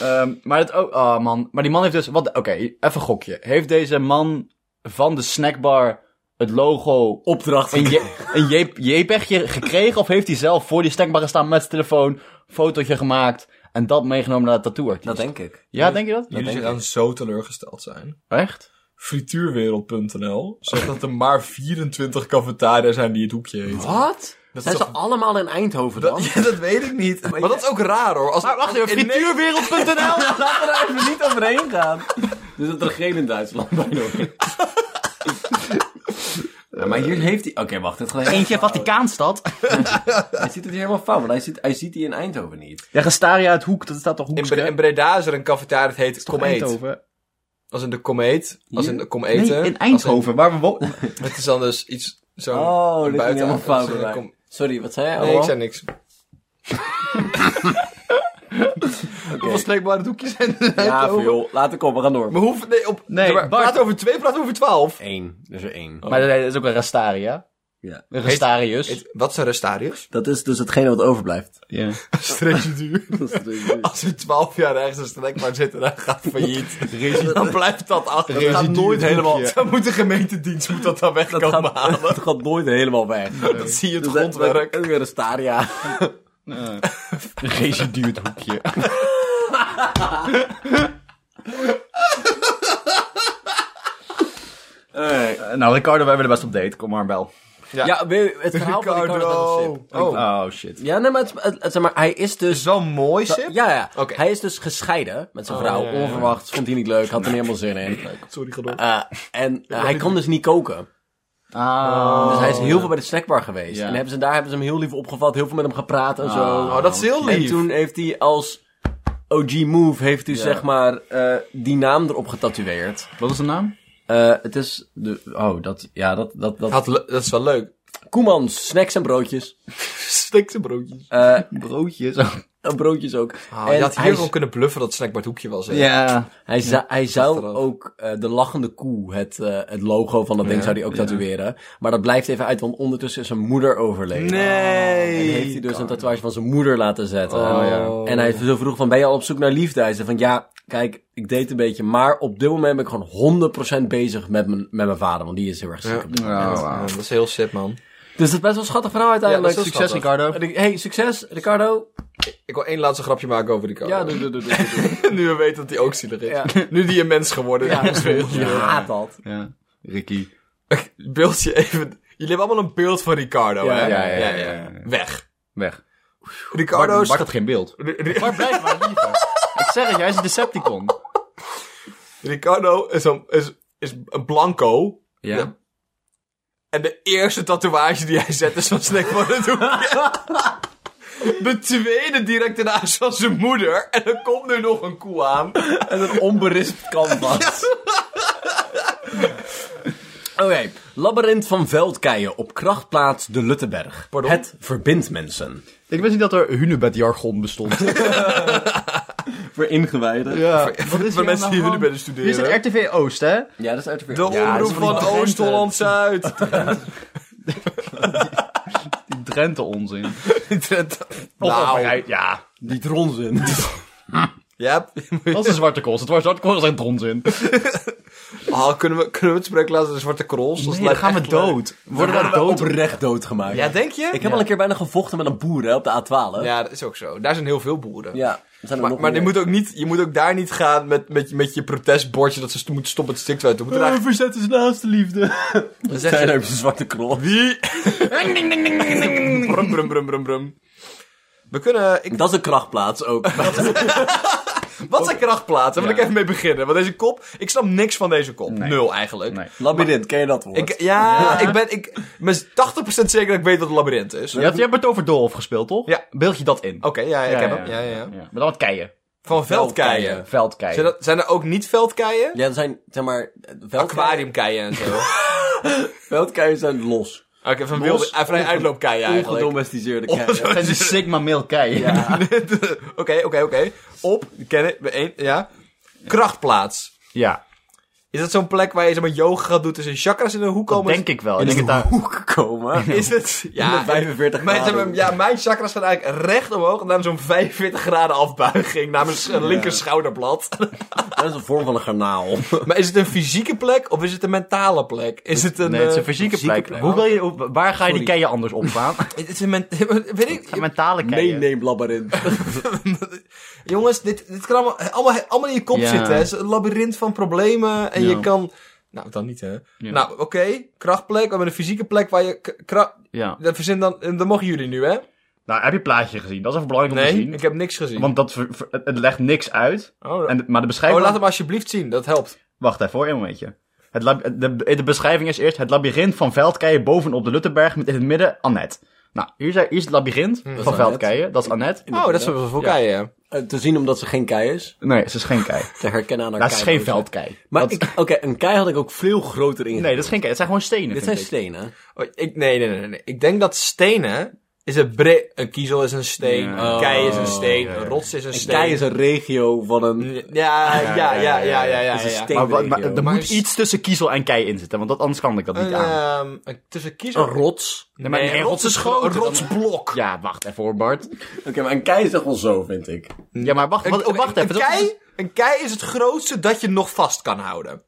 S2: Ehm, maar het ook, oh man. Maar die man heeft dus, wat, oké, even een gokje. Heeft deze man van de snackbar het logo
S3: Opdracht.
S2: een, je, een jeep- jeepegje gekregen? Of heeft hij zelf voor die snackbar gestaan met zijn telefoon, fotootje gemaakt en dat meegenomen naar de tattoo
S3: Dat denk ik.
S2: Ja, denk je dat?
S1: Jullie gaan zo teleurgesteld zijn.
S2: Echt?
S1: Frituurwereld.nl zegt dat er maar 24 cafetaria zijn die het hoekje eten.
S3: Wat?
S1: Dat
S3: Zijn
S1: is
S3: ze
S1: toch-
S3: allemaal in Eindhoven dan?
S1: Ja, dat weet ik niet. Maar, dat is ook raar hoor. Als,
S2: Wacht even, frituurwereld.nl!
S3: Laten we daar even niet overheen gaan. Dus dat er geen in Duitsland bij nog Ja, maar hier heeft hij... Oké, wacht. Het gaat
S2: Eentje Vaticaanstad.
S3: Hij ziet het hier helemaal fout, want hij ziet, hij ziet die in Eindhoven niet.
S2: Ja, Gestaria uit Hoek, dat staat toch
S1: in,
S2: Hoeks,
S1: Bre- in Breda is er een cafetaria dat heet Komeet.
S2: Eindhoven.
S1: Als in de komeet. Als in de
S2: Nee,
S1: kometen.
S2: in Oh. Eindhoven, waar we wonen.
S1: Als in- Het is dan dus iets zo
S3: dit is
S1: buiten.
S3: helemaal fout.
S1: als in de kom-
S3: erbij. Sorry, wat zei jij?
S1: Nee, ik
S3: allemaal?
S1: zei niks. Hoeveel snackbare doekjes zijn er in
S3: Ja,
S1: Eindhoven?
S3: veel. Laat ik op, we gaan door.
S1: Maar hoeveel... Nee, op,
S2: Nee,
S1: zeg maar,
S2: Bart.
S1: praat over twee, praat over twaalf.
S3: Eén. Er is er één.
S2: Maar dat is ook een Restaria.
S3: Oh, Ja.
S2: Een Restarius.
S1: Heet- Wat zijn restarius?
S3: Dat is dus hetgene wat overblijft.
S2: ja.
S1: Streekje duur. Als er 12 jaar ergens een snackbar zit en hij gaat failliet, dan blijft dat achter. Dat gaat nooit helemaal. Dan moet de gemeentedienst moet dat dan weg
S3: Dat
S1: komen
S3: gaat,
S1: halen.
S3: dat gaat nooit helemaal weg.
S1: Dat zie je het
S3: Dus
S1: grondwerk.
S3: dat- Weer een staria.
S2: Residu het hoekje. Eh, nou, Ricardo, wij willen best op date. Kom maar, bel.
S1: Ja.
S3: Ja, wil je- het verhaal van Ricardo is een sip.
S1: Oh,
S2: Oh, shit.
S3: Ja, nee, maar, het, het- het- zeg maar hij is dus...
S1: zo'n mooi sip.
S3: Ja, ja.
S1: Oké.
S3: Hij is dus gescheiden met zijn vrouw.
S1: Oh, ja, ja, ja.
S3: Onverwacht. Vond hij niet leuk. Had er niet helemaal zin in.
S1: Sorry, ga door.
S3: Eh, en eh, hij kan dus niet koken.
S2: Ah.
S3: Dus hij
S1: Oh,
S3: is heel veel bij de snackbar geweest.
S2: Ja.
S3: En hebben ze, daar hebben ze hem heel lief opgevat. Heel veel met hem gepraat en zo.
S1: Oh, dat is heel lief.
S3: En toen heeft hij als OG move, heeft hij zeg maar eh, die naam erop getatoeëerd.
S2: Wat is de naam?
S3: Eh, het is de... Oh, dat... Ja, dat... dat, dat.
S1: Had le- dat is wel leuk.
S3: Koemans, snacks en broodjes.
S1: Stikse broodjes.
S3: Eh,
S2: Broodjes.
S3: en broodjes ook.
S1: Ah,
S3: en
S1: je had hier
S3: hij,
S1: gewoon kunnen bluffen dat snackbar het hoekje was. hè.
S2: Ja.
S3: hij, zou- hij zou
S1: achteraf.
S3: ook eh, de lachende koe, het, eh, het logo van dat ding, zou hij ook tatoeëren. Maar dat blijft even uit, want ondertussen is zijn moeder overleden. En heeft hij
S1: Nee.
S3: dus een tatoeage van zijn moeder laten zetten.
S1: ja.
S3: En hij zo vroeg van, ben je al op zoek naar liefde? Hij zei van, ja, kijk, ik date een beetje. Maar op dit moment ben ik gewoon 100% bezig met mijn, met mijn vader. Want die is heel erg ziek. op dit moment.
S1: Ja, dat is heel sip, man.
S3: Dus dat is best wel een schattig verhaal uiteindelijk.
S1: Ja, dat is wel schattig.
S3: Ricardo. Hey, succes, Ricardo.
S1: Ik wil één laatste grapje maken over die
S3: Ja,
S1: kant.
S3: doe, doe, doe, doe, doe.
S1: nu we weten dat hij ook zielig is.
S3: Ja.
S1: Nu die een mens geworden
S3: Ja,
S1: is.
S3: je haat dat.
S2: ja. Ricky.
S1: Beeld je even... Jullie hebben allemaal een beeld van Ricardo, hè?
S4: ja, ja, ja, ja, ja.
S1: Weg.
S4: Weg.
S1: Ricardo
S2: Bart,
S1: staat...
S2: Bart had geen beeld.
S1: Ri- Ri-
S2: Maar blijf maar liever. Ik zeg het, jij is een Decepticon.
S1: Ricardo is een, is, is een blanco.
S4: Ja.
S1: Ja. En de eerste tatoeage die hij zet is van Snack van het Hoekje. De tweede direct daarna is van zijn moeder. En er komt nu nog een koe aan.
S3: En een onberispt canvas. Oké, Labyrinth van Veldkeien op krachtplaats de Luttenberg.
S1: Pardon?
S3: Het verbindt mensen.
S2: Ik wist niet dat er hunebed-jargon bestond.
S3: Voor ingewijden. Ja,
S2: Ja, Eh, wat is
S1: Voor
S2: hier
S1: mensen die
S2: nou
S1: jullie bij de
S2: gewoon? Hier
S1: studeren.
S2: zit RTV Oost, hè?
S3: dat is uiteraard.
S1: De omroep van Oost-Holland-Zuid.
S2: Die Drenthe onzin.
S1: nou,
S2: ja.
S3: Die dronzin.
S1: ja.
S2: Dat is een zwarte kost. Het was zwarte kost, dat is echt onzin.
S1: Ah, kunnen, we, kunnen we het spreken laten de Zwarte Krols? Dat
S2: Nee, dan
S1: lijkt
S2: gaan we
S1: echt leuk.
S2: dood. Worden we
S3: Worden we
S2: dood?
S3: oprecht doodgemaakt.
S1: Ja, denk je?
S3: Ik heb al een keer bijna gevochten met een boer hè, op de A12.
S1: Ja, dat is ook zo. Daar zijn heel veel boeren.
S3: Ja, er zijn er
S1: Maar,
S3: nog
S1: maar je,
S3: meer.
S1: moet ook niet, je moet ook daar niet gaan met, met, met je protestbordje dat ze st- moeten stoppen met stikstof. Dan moet er
S2: Eh,
S1: eigenlijk-
S2: Verzet is naast de liefde.
S1: dan zeg
S3: Zijn
S1: je-
S3: er op je zwarte krol.
S1: Wie? brum, brum, brum, brum, brum. We kunnen... Ik,
S3: Dat is een krachtplaats ook.
S1: wat zijn krachtplaatsen? Daar wil
S2: Ja.
S1: ik even mee beginnen. Want deze kop... Ik snap niks van deze kop. Nul eigenlijk.
S2: Nee.
S3: Labyrinth, ken je dat woord?
S1: Ik, ja, ik ben... Ik, ik ben 80% zeker dat ik weet wat een labyrint is.
S2: Je hebt, je hebt het over Dolf gespeeld, toch?
S1: Ja.
S2: Beeld je dat in?
S1: Oké, ja, ik heb hem. Ja, ja, ja.
S2: Maar dan wat keien.
S1: Van veldkeien.
S2: Veldkeien.
S1: Zijn, dat, zijn er ook niet veldkeien?
S3: Ja, er zijn, zeg maar... veldkeien-
S1: Aquariumkeien en zo.
S3: Veldkeien zijn los.
S1: Oké, van wilde, eh, vrij uitloopkeien eigenlijk.
S3: Ongedomesticeerde keien.
S2: Dat is een Sigma male keien. Ja.
S1: Oké, oké, oké. Op, die kennen we één, ja. Krachtplaats. Is dat zo'n plek waar je zeg maar, yoga gaat doen tussen chakras in een hoek komen?
S2: Denk ik wel. Ik denk het daar...
S3: Hoek komen.
S1: Is het?
S3: In
S1: Ja,
S3: de 45
S1: mijn,
S3: graden.
S1: zeg maar, ja, mijn chakras gaan eigenlijk recht omhoog en dan zo'n 45 graden afbuiging naar mijn s- linker schouderblad.
S3: Dat is een vorm van een garnaal.
S1: maar is het een fysieke plek of is het een mentale plek? Is het een...
S2: Nee, het is een
S1: eh,
S2: fysieke,
S3: fysieke
S2: plek. Oh, Hoe
S3: plek.
S2: wil je, hoe- waar ga je die keien anders opslaan?
S1: het is een men- weet ik,
S2: Een mentale keien.
S3: Meeneem labyrinth.
S1: Jongens, dit, dit kan allemaal, allemaal, allemaal in je kop
S2: Ja.
S1: zitten. hè. Het is een labyrint van problemen. En je
S2: Ja.
S1: kan... Nou, dan niet, hè. Nou, oké. krachtplek. We hebben een fysieke plek waar je... k- Kracht...
S2: Ja.
S1: Dat verzin dan... Dat mogen jullie nu, hè?
S2: Nou, heb je het plaatje gezien? Dat is even belangrijk om te
S1: Nee,
S2: zien.
S1: ik heb niks gezien.
S2: Want dat ver- ver- het legt niks uit.
S1: Oh,
S2: En, maar de
S1: oh,
S2: beschrijving...
S1: laat hem alsjeblieft zien. Dat helpt.
S2: Wacht even hoor, een momentje. Het lab- de, de beschrijving is eerst het labyrint van veldkeien bovenop de Luttenberg met in het midden Annette. Nou, hier, zijn, hier is het labyrint
S3: is
S2: van
S3: Annette.
S2: veldkeien. Hm, Dat is Annette.
S1: Oh, dat is wel voor keien. hè.
S3: Eh, Te zien omdat ze geen kei is.
S2: Nee, ze is geen kei.
S3: Te herkennen aan haar
S2: Dat is geen
S3: keilozen.
S2: veldkei.
S3: Maar
S2: Dat-
S3: ik- oké, een kei had ik ook veel groter in.
S2: Nee, dat is geen kei. Het zijn gewoon stenen. vind
S3: Dit zijn
S2: ik.
S3: stenen.
S1: Oh, ik, nee, nee, nee, nee. Ik denk dat stenen... Is een bre... Een kiezel is een steen.
S2: Ja.
S1: Een kei is een steen.
S2: Ja, ja.
S1: Een rots is een
S3: Een
S1: steen.
S3: kei is een regio van een...
S1: Ja, ja, ja, ja, ja, ja. ja,
S3: is een
S1: ja.
S3: steen.
S2: Maar, wat- maar
S3: regio.
S2: er
S1: Maar
S2: moet
S1: is-
S2: iets tussen kiezel en kei in zitten, want dat, anders kan ik dat niet
S1: Een,
S2: aan.
S1: ehm, een- tussen kiezel...
S3: Een rots.
S2: Nee, maar een rots is groter
S1: Een
S2: dan-
S1: rotsblok.
S2: Ja, wacht even hoor, Bart.
S3: Oké, maar een kei is echt wel zo, vind ik.
S2: Ja, maar wacht, wat-
S1: Een-
S2: wacht
S1: een-
S2: even.
S1: Een
S2: dat is-
S1: kei, een kei is het grootste dat je nog vast kan houden.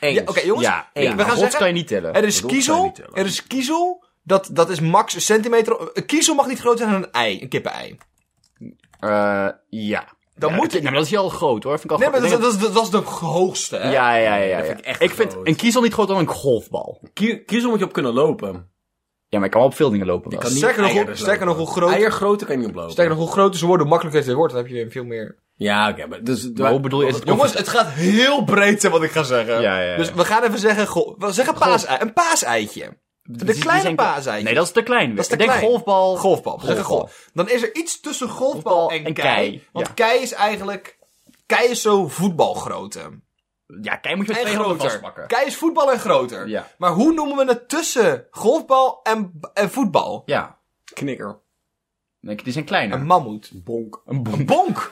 S3: Eens.
S1: Ja, Oké, jongens.
S2: Ja,
S1: ik-
S2: ja.
S1: we gaan
S2: rots
S1: zeggen,
S2: kan je niet tellen.
S1: er is
S3: Rots kan je
S1: kiezel.
S3: niet tellen.
S1: Er is kiezel. Dat, dat is max een centimeter. Een kiezel mag niet groter zijn dan een ei. Een kippenei.
S2: Eh, ja.
S1: Dan
S2: Ja,
S1: moet
S2: oké,
S1: het-
S2: nou, maar dat is heel groot hoor. Vind ik al
S1: Nee,
S2: groot.
S1: maar
S2: Ik
S1: dat,
S2: denk
S1: dat, is- dat, is de hoogste. Hè?
S2: Ja, ja, ja. ja.
S3: vind
S2: ik
S3: ik echt
S2: vind
S3: groot.
S2: een kiezel niet groter dan een golfbal.
S3: Kie- Kiezel moet je op kunnen lopen.
S2: Ja, maar ik kan wel op veel dingen lopen. wel.
S3: kan niet-
S1: Sterker nog, hoe-
S3: eieren
S1: sterker nog, hoe groot...
S3: Eiergrootte kan je niet op lopen.
S1: Sterker nog, hoe groter ze worden, hoe makkelijker het wordt. Dan heb je weer veel meer...
S3: Ja, oké, maar dus...
S2: Maar hoe bedoel je? Is het
S1: Jongens, het gaat heel breed zijn wat ik ga zeggen.
S2: Ja, ja, ja.
S1: Dus we gaan even zeggen... go- we zeggen paasei, een paaseitje.
S2: die-
S1: De
S2: die
S1: kleine
S2: zijn-
S1: paaseitje.
S2: Nee, dat is te klein. weer.
S1: Dat is te
S2: ik denk
S1: klein.
S2: golfbal.
S1: Golfbal. we zeggen
S2: Golfbal.
S1: golf. Dan is er iets tussen golfbal,
S2: Golfbal
S1: en,
S2: en
S1: kei.
S2: kei,
S1: Want
S2: ja.
S1: kei is eigenlijk... Kei is zo voetbalgrootte.
S2: Ja, kijk, moet je met
S1: En
S2: twee handen
S1: groter.
S2: vastpakken.
S1: Kei is voetbal en groter.
S2: Ja.
S1: Maar hoe noemen we het tussen golfbal en, en voetbal?
S2: Ja.
S3: Knikker.
S2: Nee, die zijn kleiner.
S1: Een mammoet.
S3: Bonk.
S2: Een bonk.
S1: Een bonk.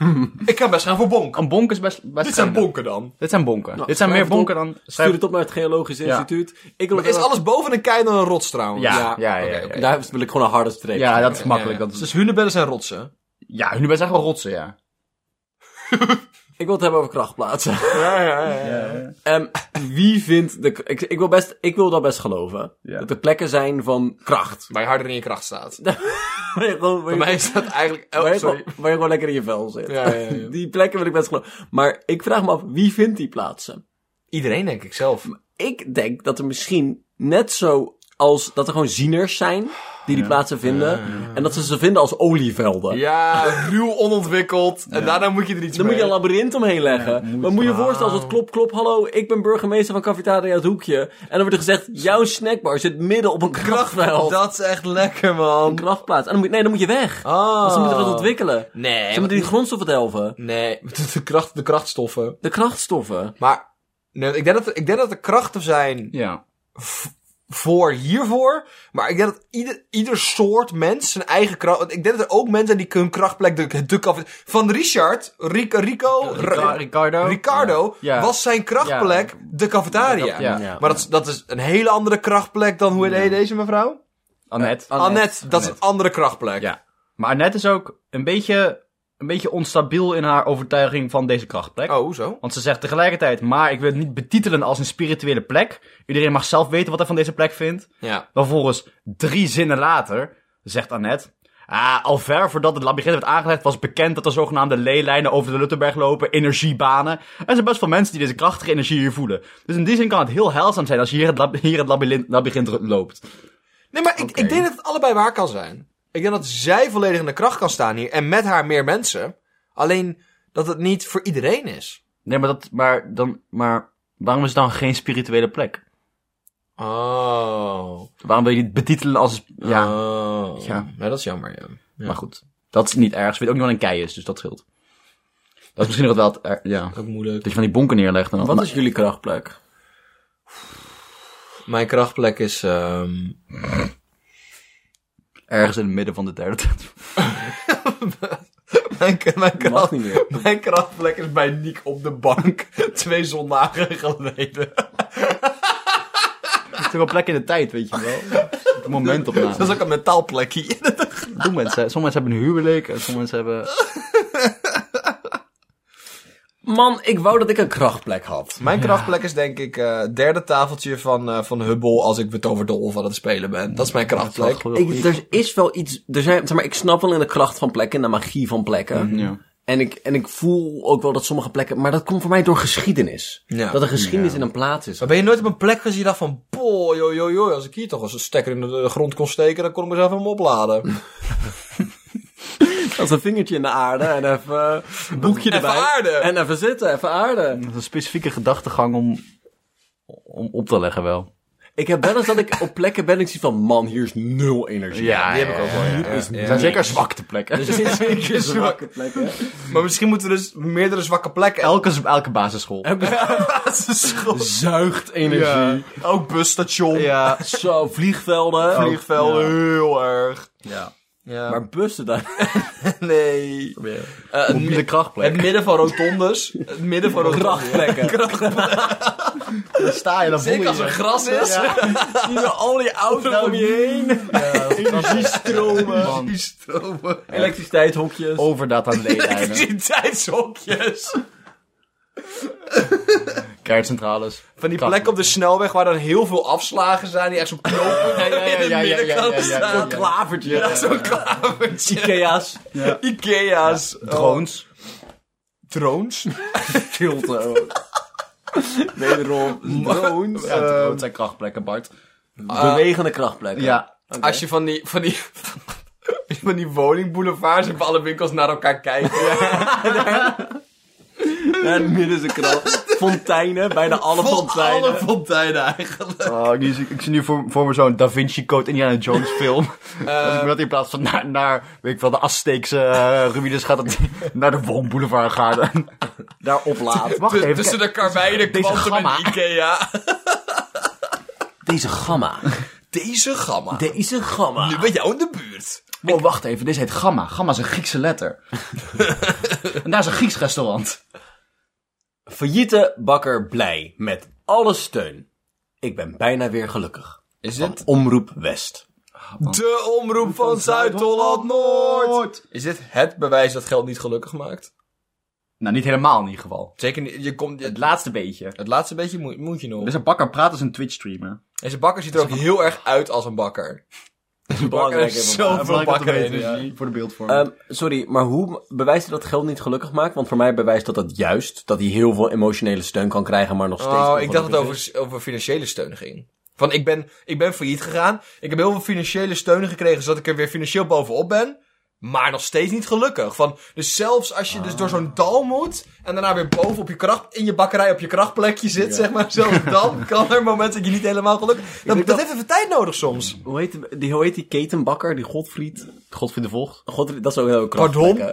S1: Ik kan best gaan voor bonk.
S2: Een bonk is best, best
S1: Dit zijn
S2: kleiner.
S1: bonken dan.
S2: Dit zijn bonken. Dit zijn meer
S3: Nou, schrijf
S2: bonken
S3: het
S2: dan...
S3: Stuur
S2: Schrijf...
S3: het op naar het Geologisch
S2: Ja.
S3: Instituut. Ik wil
S1: Is
S3: wel-
S1: alles boven een kei dan een rots trouwens?
S2: Ja,
S3: Ja,
S2: ja, ja. ja,
S1: oké,
S2: ja.
S1: oké.
S3: Daar wil ik gewoon een harde streep.
S2: Ja, dat is makkelijk.
S1: Ja, ja.
S2: Dat is...
S1: Dus hunebedden zijn rotsen.
S2: Ja, nu ben je echt wel rotsen, ja.
S3: Ik wil het hebben over krachtplaatsen.
S1: Ja, ja, ja.
S3: Ehm, wie vindt de... Ik, ik, wil best, ik wil dat best geloven.
S2: Ja.
S3: Dat er plekken zijn van kracht.
S1: Waar je harder in je kracht staat.
S3: Waar je gewoon- waar
S1: Bij
S3: je-
S1: mij is dat eigenlijk...
S3: waar
S1: Oh,
S3: je
S1: sorry.
S3: gewoon- waar je gewoon lekker in je vel zit.
S1: Ja, ja, ja.
S3: Die plekken wil ik best geloven. Maar ik vraag me af, wie vindt die plaatsen?
S1: Iedereen denk ik zelf.
S3: Ik denk dat er misschien net zo als dat er gewoon zieners zijn die die plaatsen vinden. En dat ze ze vinden als olievelden.
S1: Ja, ruw onontwikkeld. En daarna moet je er iets
S3: Dan
S1: mee.
S3: moet je een labyrint omheen leggen. maar moet je je voorstellen als het klopt, klopt, hallo, ik ben burgemeester van Cafetaria Het Hoekje. En dan wordt er gezegd, jouw snackbar zit midden op een krachtveld.
S1: Dat is echt lekker,
S3: Een
S1: man.
S3: krachtplaats. En dan moet, nee, dan moet je weg.
S1: Ah.
S3: Want ze moeten dat ontwikkelen.
S1: Nee,
S3: Ze moeten die grondstoffen delven.
S1: nee. De, kracht, de krachtstoffen.
S3: De krachtstoffen.
S1: Maar nee, ik, denk dat, ik denk dat er krachten zijn
S2: Ja.
S1: voor hiervoor. Maar ik denk dat ieder, ieder soort mens zijn eigen kracht... want Ik denk dat er ook mensen zijn die hun krachtplek de, de kaf... Van Richard, Rico, Rico, Ra-
S2: Ricardo.
S1: Ricardo
S2: Ja.
S1: was zijn krachtplek de cafetaria.
S2: Ja.
S3: Ja.
S1: Maar dat, is- dat is een hele andere krachtplek dan hoe heet deze mevrouw?
S2: Annette.
S1: Annette, dat is
S2: Annette.
S1: een andere krachtplek.
S2: Ja. Maar Annette is ook een beetje, een beetje onstabiel in haar overtuiging van deze krachtplek.
S1: Oh, hoezo?
S2: Want ze zegt tegelijkertijd, maar ik wil het niet betitelen als een spirituele plek. Iedereen mag zelf weten wat hij van deze plek vindt.
S1: Ja.
S2: Dan volgens drie zinnen later zegt Annette... Ah, al ver voordat het labyrinth werd aangelegd was bekend dat er zogenaamde leelijnen over de Luttenberg lopen, energiebanen. En er zijn best veel mensen die deze krachtige energie hier voelen. Dus in die zin kan het heel heilzaam zijn als je hier het, lab- hier het labyrinth, labyrinth loopt.
S1: Nee, maar ik, ik denk dat het allebei waar kan zijn. Ik denk dat zij volledig in de kracht kan staan hier. En met haar meer mensen. Alleen dat het niet voor iedereen is.
S2: Nee, maar, dat, maar, dan, maar waarom is het dan geen spirituele plek?
S1: Oh.
S2: Waarom wil je dit betitelen als... Ja,
S1: Oh.
S2: Ja.
S1: Ja, dat is jammer, ja.
S2: maar goed. Dat is niet erg. Ze weet ook niet wat een kei is, dus dat scheelt. Dat is misschien nog wel het... er- ja.
S1: Ook moeilijk.
S2: Dat je van die bonken neerlegt. En dan,
S3: Wat is jullie krachtplek?
S1: Mijn krachtplek is... ehm,
S2: Ergens in het midden van de derde.
S1: Mijn, mijn, kracht,
S3: mag niet meer.
S1: mijn krachtplek is bij Niek op de bank. Twee zondagen geleden.
S2: Het is toch wel plek in de tijd, weet je wel. Het moment op
S1: Dat is ook een metaalplekje.
S2: Doen mensen. Sommige mensen hebben een huwelijk. En sommige mensen hebben...
S3: Man, ik wou dat ik een krachtplek had.
S1: Mijn krachtplek is denk ik eh derde tafeltje van, eh, van Hubble als ik betoverde olf aan het spelen ben. Dat is mijn krachtplek.
S3: Ik, er is wel iets. Er zijn, zeg maar, ik snap wel in de kracht van plekken en de magie van plekken.
S2: ja.
S3: En, ik, en ik voel ook wel dat sommige plekken. Maar dat komt voor mij door geschiedenis.
S1: Ja.
S3: Dat er geschiedenis in een plaats is.
S1: Maar ben je nooit op een plek gezien je dacht van... Boh, joh, joh, joh. Als ik hier toch eens een stekker in de, de grond kon steken, dan kon ik mezelf hem opladen.
S3: Als een vingertje in de aarde en even eh, een boekje
S1: Even
S3: erbij.
S1: aarde.
S3: En even zitten, even aarde.
S2: Dat is een specifieke gedachtegang om, om op te leggen wel.
S3: Ik heb wel eens dat ik op plekken ben en ik zie van, man, hier is nul energie.
S2: die heb ik ook wel. Ja,
S1: ja, ja.
S2: Er zijn zeker zwakte plekken.
S3: Dus dit is zeker een
S1: zwak.
S3: zwakke plek, hè?
S1: Maar misschien moeten we dus meerdere zwakke plekken...
S2: elke, elke basisschool.
S1: basisschool.
S3: Zuigt energie.
S1: Ook busstation.
S2: Ja.
S3: Zo, vliegvelden.
S1: Vliegvelden, heel erg.
S2: ja.
S1: Ja.
S3: Maar bussen daar.
S1: nee. Eh, het, mi-
S2: Mobiele krachtplek.
S1: het midden van rotondes. Het midden van rotondes.
S3: Krachtplekken.
S2: Dan sta je, dan voel
S1: Zeker als er gras is.
S3: Zie je al die auto's om je heen.
S2: energiestromen.
S1: Die stromen.
S3: Elektriciteitshokjes.
S2: Overdaad aan leelijnen.
S1: Elektriciteitshokjes.
S2: Kaartcentrales.
S1: Van die plek op de snelweg waar dan heel veel afslagen zijn. Die echt zo'n knopen
S2: Ja, ja, ja,
S1: in
S2: ja,
S1: het
S2: ja,
S1: midden
S2: ja,
S1: kan
S2: ja, ja,
S1: staan.
S2: ja, ja.
S3: klavertje.
S1: Ja, zo'n klavertje.
S3: Ikea's.
S1: Ikea's.
S2: Drones.
S1: Oh, drones?
S3: Filter ook. Wederom. Drones.
S2: Ja, drones zijn krachtplekken, Bart.
S3: Bewegende krachtplekken.
S2: Ja.
S1: Oh, Als je van die, van die, van die woningboulevards en van alle winkels naar elkaar kijkt.
S3: En midden is een kracht. Fonteinen. Bijna alle fonteinen.
S1: Alle fonteinen eigenlijk.
S2: Oh, ik, zie- ik zie nu voor, voor me zo'n Da Vinci Code Indiana Jones film. Als ik me dat in plaats van naar, naar weet ik wel, de Azteekse eh, ruïnes gaat, dat naar de Dus- woonboulevard gaat.
S3: Daar oplaat.
S2: Wacht
S1: Tu-
S2: even.
S1: tussen
S2: kijk.
S1: de karweinen,
S2: Deze
S1: kwantum en
S2: gamma.
S1: Ikea.
S3: Deze gamma.
S1: Deze gamma.
S3: Deze gamma.
S1: Nu bij jou in de buurt.
S2: Oh, wacht even. Deze heet Gamma. Gamma is een Griekse letter. en daar is een Grieks restaurant.
S3: Failliete bakker blij. Met alle steun. Ik ben bijna weer gelukkig.
S1: Is
S3: Van Omroep West.
S1: de omroep van Zuid-Holland-Noord? Is dit het bewijs dat geld niet gelukkig maakt?
S2: Nou, niet helemaal in ieder geval.
S1: Zeker niet. Je komt,
S2: Het
S1: het,
S2: laatste beetje.
S1: het laatste beetje moet, moet je nog.
S2: Er is een bakker praat als een Twitch streamer.
S1: Deze bakker ziet er ook heel erg uit als een bakker. bakker
S3: Belangrijk.
S1: is zoveel bakker
S2: dus Voor de beeldvorming.
S3: Ehm, sorry, maar hoe bewijst hij dat geld niet gelukkig maakt? Want voor mij bewijst dat dat juist. Dat hij heel veel emotionele steun kan krijgen, maar nog steeds.
S1: Oh, ik dacht dat
S3: ongelukkig
S1: het
S3: is.
S1: over, over financiële steun ging. Van ik ben, ik ben failliet gegaan. Ik heb heel veel financiële steun gekregen, zodat ik er weer financieel bovenop ben. Maar nog steeds niet gelukkig. Van, dus zelfs als je dus door zo'n dal moet. En daarna weer boven op je kracht, in je bakkerij op je krachtplekje zit, zeg maar. Zelfs dan kan er moment dat je niet helemaal gelukkig. Dat, dat, heeft even tijd nodig soms.
S3: Hoe heet die, hoe heet die ketenbakker? Die Godfried?
S2: Godfried de Vocht.
S3: Godfried, dat is ook heel krachtig.
S1: Pardon?
S3: hè?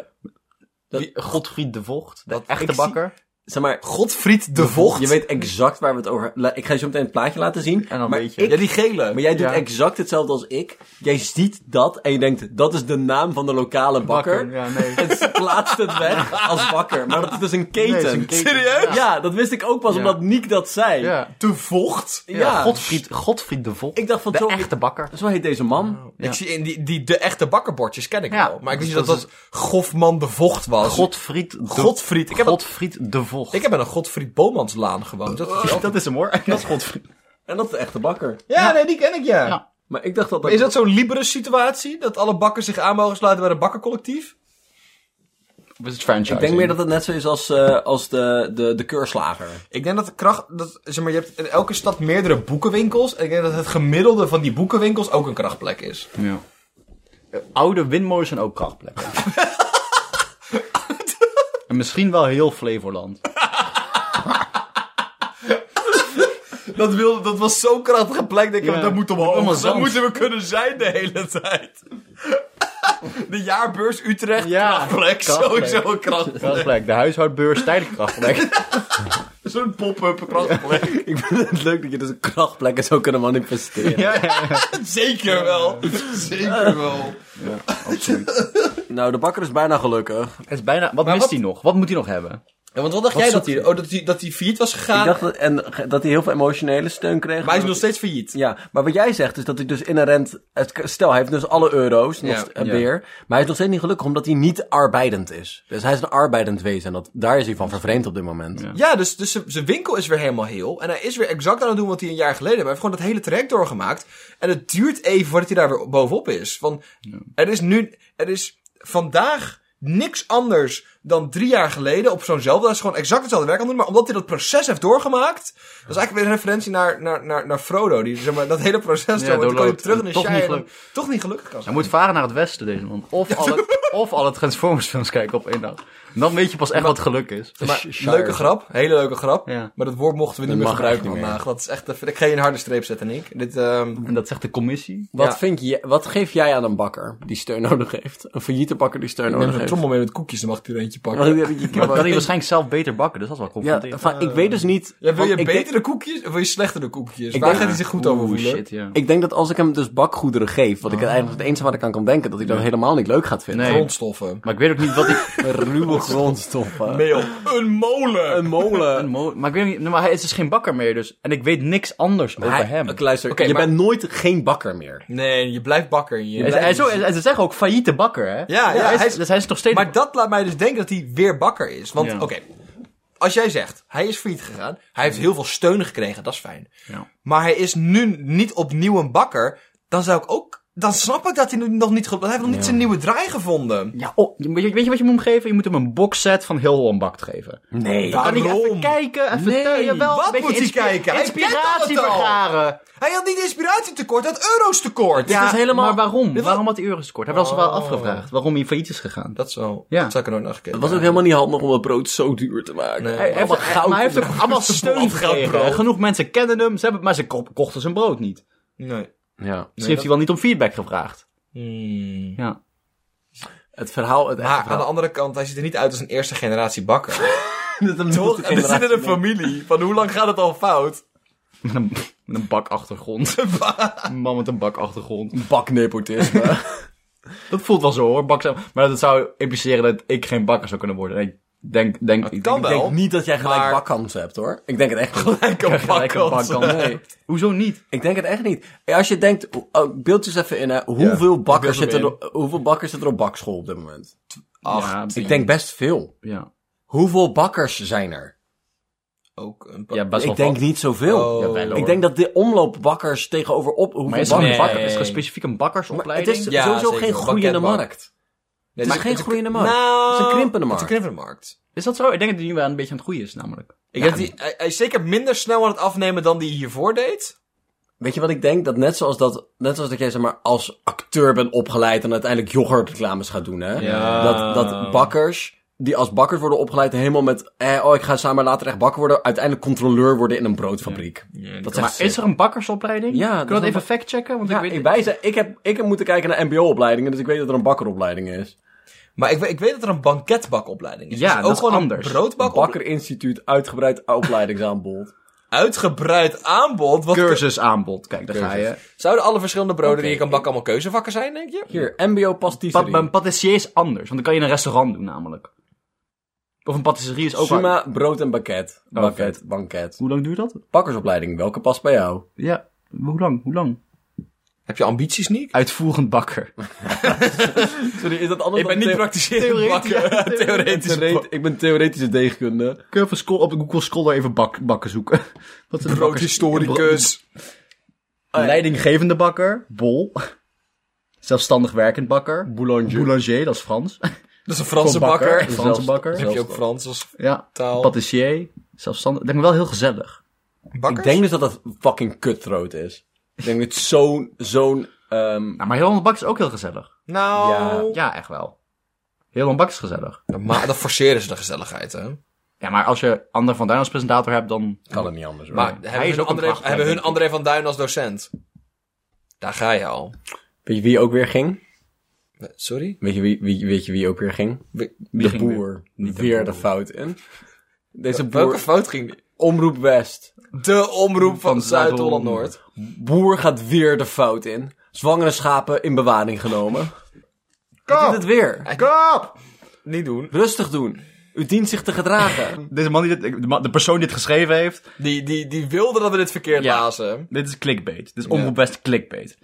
S2: Wie- Eh, Godfried de Vocht. De
S1: Dat- ik
S2: echte
S1: zie-
S2: bakker.
S3: Zeg maar,
S1: Godfried de Vocht.
S3: je weet exact waar we het over... La- Ik ga je zo meteen het plaatje laten zien.
S2: En dan
S3: maar
S2: weet je.
S3: ik-
S1: Ja, die gele.
S3: maar jij doet
S2: Ja.
S3: exact hetzelfde als ik. Jij ziet dat en je denkt, dat is de naam van de lokale bakker.
S2: Ja, nee.
S3: En ze plaatst het weg als bakker. Maar dat het is dus een keten.
S2: Nee, het is een keten.
S1: Serieus?
S3: Ja. Ja, dat wist ik ook pas
S2: Ja.
S3: omdat Niek dat zei.
S2: Ja.
S1: De Vocht?
S3: Ja.
S2: Ja, Godfried, Godfried de Vocht.
S3: Ik dacht van
S2: de
S3: zo-
S2: echte bakker.
S3: Zo heet deze man.
S1: Ik zie in die, die, de echte bakkerbordjes ken ik
S2: Ja.
S1: wel. Maar ik wist niet
S2: Dus
S1: dat dat Gofman de Vocht was.
S2: Godfried de
S1: Godfried. Ik heb,
S2: Godfried de Vocht.
S1: ik heb in een Godfried Bomanslaan gewoond. Dat was-
S2: dat is hem hoor. Dat is Godfried.
S3: En dat is de echte bakker.
S1: ja, nee, die ken ik ja.
S2: Ja.
S3: Maar ik dacht dat...
S1: Maar Is dat zo'n Liberus situatie? Dat alle bakkers zich aan mogen sluiten bij een bakkercollectief?
S2: Wat is het franchise?
S3: Ik denk meer dat het net zo is als, eh, als de, de, de keurslager.
S1: Ik denk dat de kracht... Dat, zeg maar, je hebt in elke stad meerdere boekenwinkels. En ik denk dat het gemiddelde van die boekenwinkels ook een krachtplek is.
S2: Ja. Oude windmolens zijn ook krachtplekken. en misschien wel heel Flevoland.
S1: Dat, wil, dat was zo'n krachtige plek. Denk ik,
S2: Ja.
S1: dat moet omhoog.
S2: Allemaal
S1: Dat
S2: zand.
S1: moeten we kunnen zijn de hele tijd. De jaarbeurs Utrecht
S2: Ja,
S1: krachtplek.
S2: krachtplek.
S1: Sowieso een krachtplek.
S2: Krachtplek, de huishoudbeurs, tijdelijk krachtplek.
S1: Zo'n pop-up krachtplek.
S3: ik vind het leuk dat je dus een krachtplekken zou kunnen manifesteren.
S1: Zeker wel. Zeker wel.
S3: Nou, de bakker is bijna gelukkig.
S2: Het is bijna, wat mist
S1: wat-
S2: hij nog? Wat moet hij nog hebben?
S1: Ja, want wat dacht jij
S3: zoekt
S1: dat hij... Oh, dat hij, dat hij failliet was gegaan.
S3: Ik dacht dat, en, ge- dat hij heel veel emotionele steun kreeg.
S1: Maar hij is nog steeds failliet.
S3: Ja, maar wat jij zegt is dat hij dus inherent... het k- Stel, hij heeft dus alle euro's nog
S1: Ja,
S3: st- eh, weer. Maar hij is nog steeds niet gelukkig omdat hij niet arbeidend is. Dus hij is een arbeidend wezen. En dat, daar is hij van vervreemd op dit moment.
S2: Ja.
S1: Ja, dus, dus zijn winkel is weer helemaal heel. En hij is weer exact aan het doen wat hij een jaar geleden heeft. Hij heeft gewoon dat hele traject doorgemaakt. En het duurt even voordat hij daar weer bovenop is. Van, Er is nu... Er is vandaag niks anders dan drie jaar geleden op zo'nzelfde. Dat is gewoon exact hetzelfde werk aan het doen. Maar omdat hij dat proces heeft doorgemaakt... Dat is eigenlijk weer een referentie naar, naar, naar, naar Frodo. Die zeg maar, dat hele proces
S2: Ja,
S1: door. En toen kan hij
S2: doorloopt.
S1: terug naar
S2: Toch
S1: Shire
S2: niet
S1: en dan
S2: gelukt.
S1: toch niet gelukkig kan zijn.
S2: Hij moet varen naar het westen deze man. Of alle, of alle Transformers films kijken op één dag. Dan weet je pas echt wat geluk is.
S1: Maar leuke grap, hele leuke grap.
S2: Ja.
S1: Maar dat woord mochten we niet meer
S3: mag echt
S1: gebruiken
S3: niet meer.
S1: vandaag. Dat is echt, even- ik ga je een harde streep zetten, Nick. Dit, ehm,
S2: En dat zegt de commissie.
S3: Wat,
S1: Ja.
S3: vind je, wat geef jij aan een bakker die steun nodig heeft? Een failliete bakker die steun
S1: ik neem
S3: nodig
S1: zo'n
S3: heeft?
S1: trommel mee met koekjes, dan mag ik er eentje
S3: Want
S1: pakken.
S3: Oh, ik- ik- ik-
S2: Maar kan hij waarschijnlijk zelf beter bakken, dus dat is wel
S3: Ja,
S2: confronterend.
S3: van, ik weet dus niet...
S1: Ja, wil
S3: want
S1: je
S3: ik denk-
S1: betere koekjes of wil je slechtere koekjes?
S3: Ik
S1: Waar
S3: denk-
S1: gaat hij zich goed over
S2: Oeh,
S1: voelen?
S2: shit, ja.
S3: Ik denk dat als ik hem dus bakgoederen geef, wat ik eigenlijk het enige wat ik aan kan denken, dat hij dat helemaal niet leuk gaat vinden.
S2: Nee.
S1: Grondstoffen.
S2: Maar ik weet ook niet wat hij...
S3: Ruwe grondstoffen.
S1: Meel. Een molen.
S3: Een molen.
S2: maar ik weet ook niet... Maar hij is dus geen bakker meer, dus... En ik weet niks anders over
S3: Hij-
S2: hem.
S3: Ik luister,
S1: Oké,
S3: je
S1: maar-
S3: bent nooit geen bakker meer.
S1: Nee, je blijft bakker. Je
S2: En, ze- en zo, en, en ze zeggen Dus ook failliete bakker, hè?
S1: ja,
S2: hij is,
S1: hij is-
S2: dus hij is nog steeds...
S1: Maar dat laat mij dus denken dat hij weer bakker is. Want,
S2: Ja.
S1: oké. Als jij zegt, hij is failliet gegaan. Hij heeft heel veel steun gekregen, dat is fijn.
S2: Ja.
S1: Maar hij is nu niet opnieuw een bakker. Dan zou ik ook... Dan snap ik dat hij nu nog niet... ge- Hij heeft nog niet zijn nieuwe draai gevonden.
S2: Ja, oh, je- weet, je, weet je wat je moet hem geven? Je moet hem een boxset van heel Holland Bakt geven.
S3: Nee.
S1: Ja.
S2: Kan hij
S1: Waarom?
S2: even kijken? Even nee, jawel,
S1: wat
S2: een beetje
S1: moet hij
S2: inspi-
S1: kijken? Hij kent
S2: Inspiratie
S1: dat al.
S2: vergaren.
S1: Hij had niet inspiratietekort, hij had euro's tekort.
S2: Ja,
S1: Ja.
S3: is helemaal-
S2: maar waarom?
S1: dit was- Oh.
S2: Waarom had hij euro's tekort? Hij was wel afgevraagd waarom hij failliet is gegaan.
S1: Dat zo.
S2: Ja.
S1: Dat zou ik er ook naar gekeken
S3: Het was ook helemaal niet handig om dat brood zo duur te maken.
S1: Nee.
S2: Hij heeft,
S3: Allemaal goud.
S2: maar hij heeft ook allemaal steun
S1: Allemaal goud brood.
S2: gekregen. Genoeg mensen kennen hem, ze hebben, maar ze ko- kochten zijn brood niet. Misschien
S1: Nee.
S3: Ja.
S1: dat-
S2: heeft hij wel niet om feedback gevraagd.
S1: Hmm.
S2: Ja.
S3: Het verhaal, het echte
S1: Maar aan de
S3: verhaal.
S1: andere kant, hij ziet er niet uit als een eerste generatie bakker.
S3: Toch?
S1: En er zit in een familie. Van hoe lang gaat het al fout?
S2: Met een, met een bakachtergrond. Een man met een bakachtergrond.
S3: baknepotisme.
S2: Dat voelt wel zo hoor, bakzaam. Maar dat zou impliceren dat ik geen bakker zou kunnen worden. En ik denk, denk, ik
S1: kan
S2: denk-
S3: ik denk
S1: Wel,
S3: niet dat jij gelijk
S1: maar-
S3: bakkansen hebt hoor. Ik denk het echt niet.
S1: Gelijk
S2: ik
S1: een
S2: heb gelijk een
S1: bakker.
S2: bakkans.
S3: Nee.
S2: Hoezo niet?
S3: Ik denk het echt niet. Hey, Als je denkt, oh, oh, beeld je eens even in, hè. hoeveel, bakkers
S1: beeld
S3: zitten
S1: hem
S3: er, hoeveel bakkers zitten er op bakschool op dit moment?
S1: Ach,
S3: Ik denk best veel.
S2: Ja,
S3: Hoeveel bakkers zijn er?
S1: ook een
S2: ja
S1: bakker.
S2: best wel
S3: Ik denk
S2: wat.
S3: niet zoveel.
S1: Oh.
S2: Ja, wel, hoor.
S3: Ik denk dat de omloop bakkers tegenover op... Hoeveel
S2: Maar is er
S3: bakkers-
S2: een bakker? Is er
S1: Nee.
S2: specifiek een
S3: Maar
S2: bakkersopleiding?
S3: het is
S1: Ja,
S3: sowieso
S1: zeker.
S3: geen groeiende
S1: Bakketbak.
S3: markt.
S1: Nee,
S3: maar
S1: het
S3: geen
S1: het
S3: groeiende markt.
S1: Nou,
S3: Het is een krimpende
S1: Het is een
S3: markt.
S1: krimpende markt.
S2: Is dat zo? Ik denk dat hij nu wel een beetje aan het groeien is namelijk.
S1: Ik denk dat hij, hij, hij is zeker minder snel aan het afnemen dan die hiervoor deed.
S3: Weet je wat ik denk? Dat net zoals dat, net zoals dat jij zeg maar als acteur bent opgeleid en uiteindelijk yoghurtreclames gaat doen, hè?
S1: Ja.
S3: Dat, dat bakkers, die als bakkers worden opgeleid helemaal met, eh, oh ik ga samen later echt bakker worden, uiteindelijk controleur worden in een broodfabriek. dat is echt
S2: Maar
S3: sick.
S2: is er een bakkersopleiding?
S3: Ja,
S2: Kun je dat
S3: dat is
S2: even factchecken? Want
S3: Ja,
S2: ik weet
S3: ik, wij zijn, ik, heb, ik heb moeten kijken naar mbo-opleidingen, dus ik weet dat er een bakkeropleiding is.
S1: Maar ik, we- ik weet dat er een banketbakopleiding is. Dus
S2: Ja,
S1: ook
S2: dat is
S1: gewoon
S2: anders.
S1: een broodbak
S3: Bakkerinstituut, uitgebreid opleidingsaanbod.
S1: uitgebreid aanbod. Wat
S2: cursusaanbod. Kijk, daar ga je.
S1: Zouden alle verschillende broden die je kan bakken allemaal keuzevakken zijn, denk je?
S3: Hier, mbo-pastisserie.
S2: Pa- Een patissier is anders, want dan kan je in een restaurant doen namelijk. Of een patisserie is ook...
S3: Suma, brood en bakket. Bakket, banket.
S2: Hoe lang duurt dat?
S3: Bakkersopleiding, welke past bij jou?
S2: Ja, hoe lang? Hoe lang?
S1: Heb je ambities, Nick?
S2: Uitvoerend bakker.
S3: Sorry, is dat anders
S1: Ik ben niet praktiserend
S2: Theoretisch,
S1: bakken.
S2: ja,
S1: Theoretisch.
S3: Theore- ik ben theoretische deegkunde.
S2: Kun je even scroll- op Google Scholar even bak- bakken zoeken? Wat zijn de bakkers-
S1: Broodhistoricus.
S2: Bro- Leidinggevende bakker. Bol. Zelfstandig werkend bakker.
S3: Boulanger.
S2: Boulanger, dat is Frans.
S1: Dat is een Franse
S2: Bakker,
S1: bakker.
S2: Franse
S3: Zelfs-
S2: bakker.
S1: Heb je ook Frans als
S2: Ja,
S1: Taal.
S2: patissier. Zelfstandig. Lijkt me wel heel gezellig.
S1: bakker?
S3: Ik denk dus dat dat fucking cutthroat is. Ik denk dat zo'n, zo'n, ehm,
S2: Nou, maar heel lang bakker is ook heel gezellig.
S1: Nou...
S3: Ja.
S2: Ja, echt wel. Heel lang bakker is gezellig.
S1: Maar dat forceren ze de gezelligheid, hè?
S2: Ja, maar als je Ander van Duin als presentator hebt, dan...
S3: kan het niet anders hoor.
S1: Maar
S2: is
S1: hebben, hun
S2: ook een
S1: André,
S2: prachtplek,
S1: hebben hun
S2: denk ik.
S1: André van Duin als docent? Daar ga je al.
S3: Weet je wie ook weer ging?
S1: Eh, Sorry?
S3: Weet je wie, wie, weet je wie ook weer ging?
S1: Wie-
S3: de
S2: ging
S3: boer. Weer,
S2: boer.
S3: de fout in. Deze
S1: Welke
S3: boer,
S1: fout ging die?
S3: Omroep West.
S1: De omroep van,
S2: Van
S1: Zuid-Holland-Noord.
S3: Boer gaat weer de fout in. Zwangere schapen in bewaring genomen. Hij doet het weer.
S2: Kap!
S1: Niet doen.
S3: Rustig doen. U dient zich te gedragen.
S2: Deze man die dit, de man- de persoon die dit geschreven heeft,
S1: Die, die, die wilde dat we dit verkeerd
S2: Ja.
S1: lazen.
S2: Dit is clickbait. Dit is omroep best clickbait.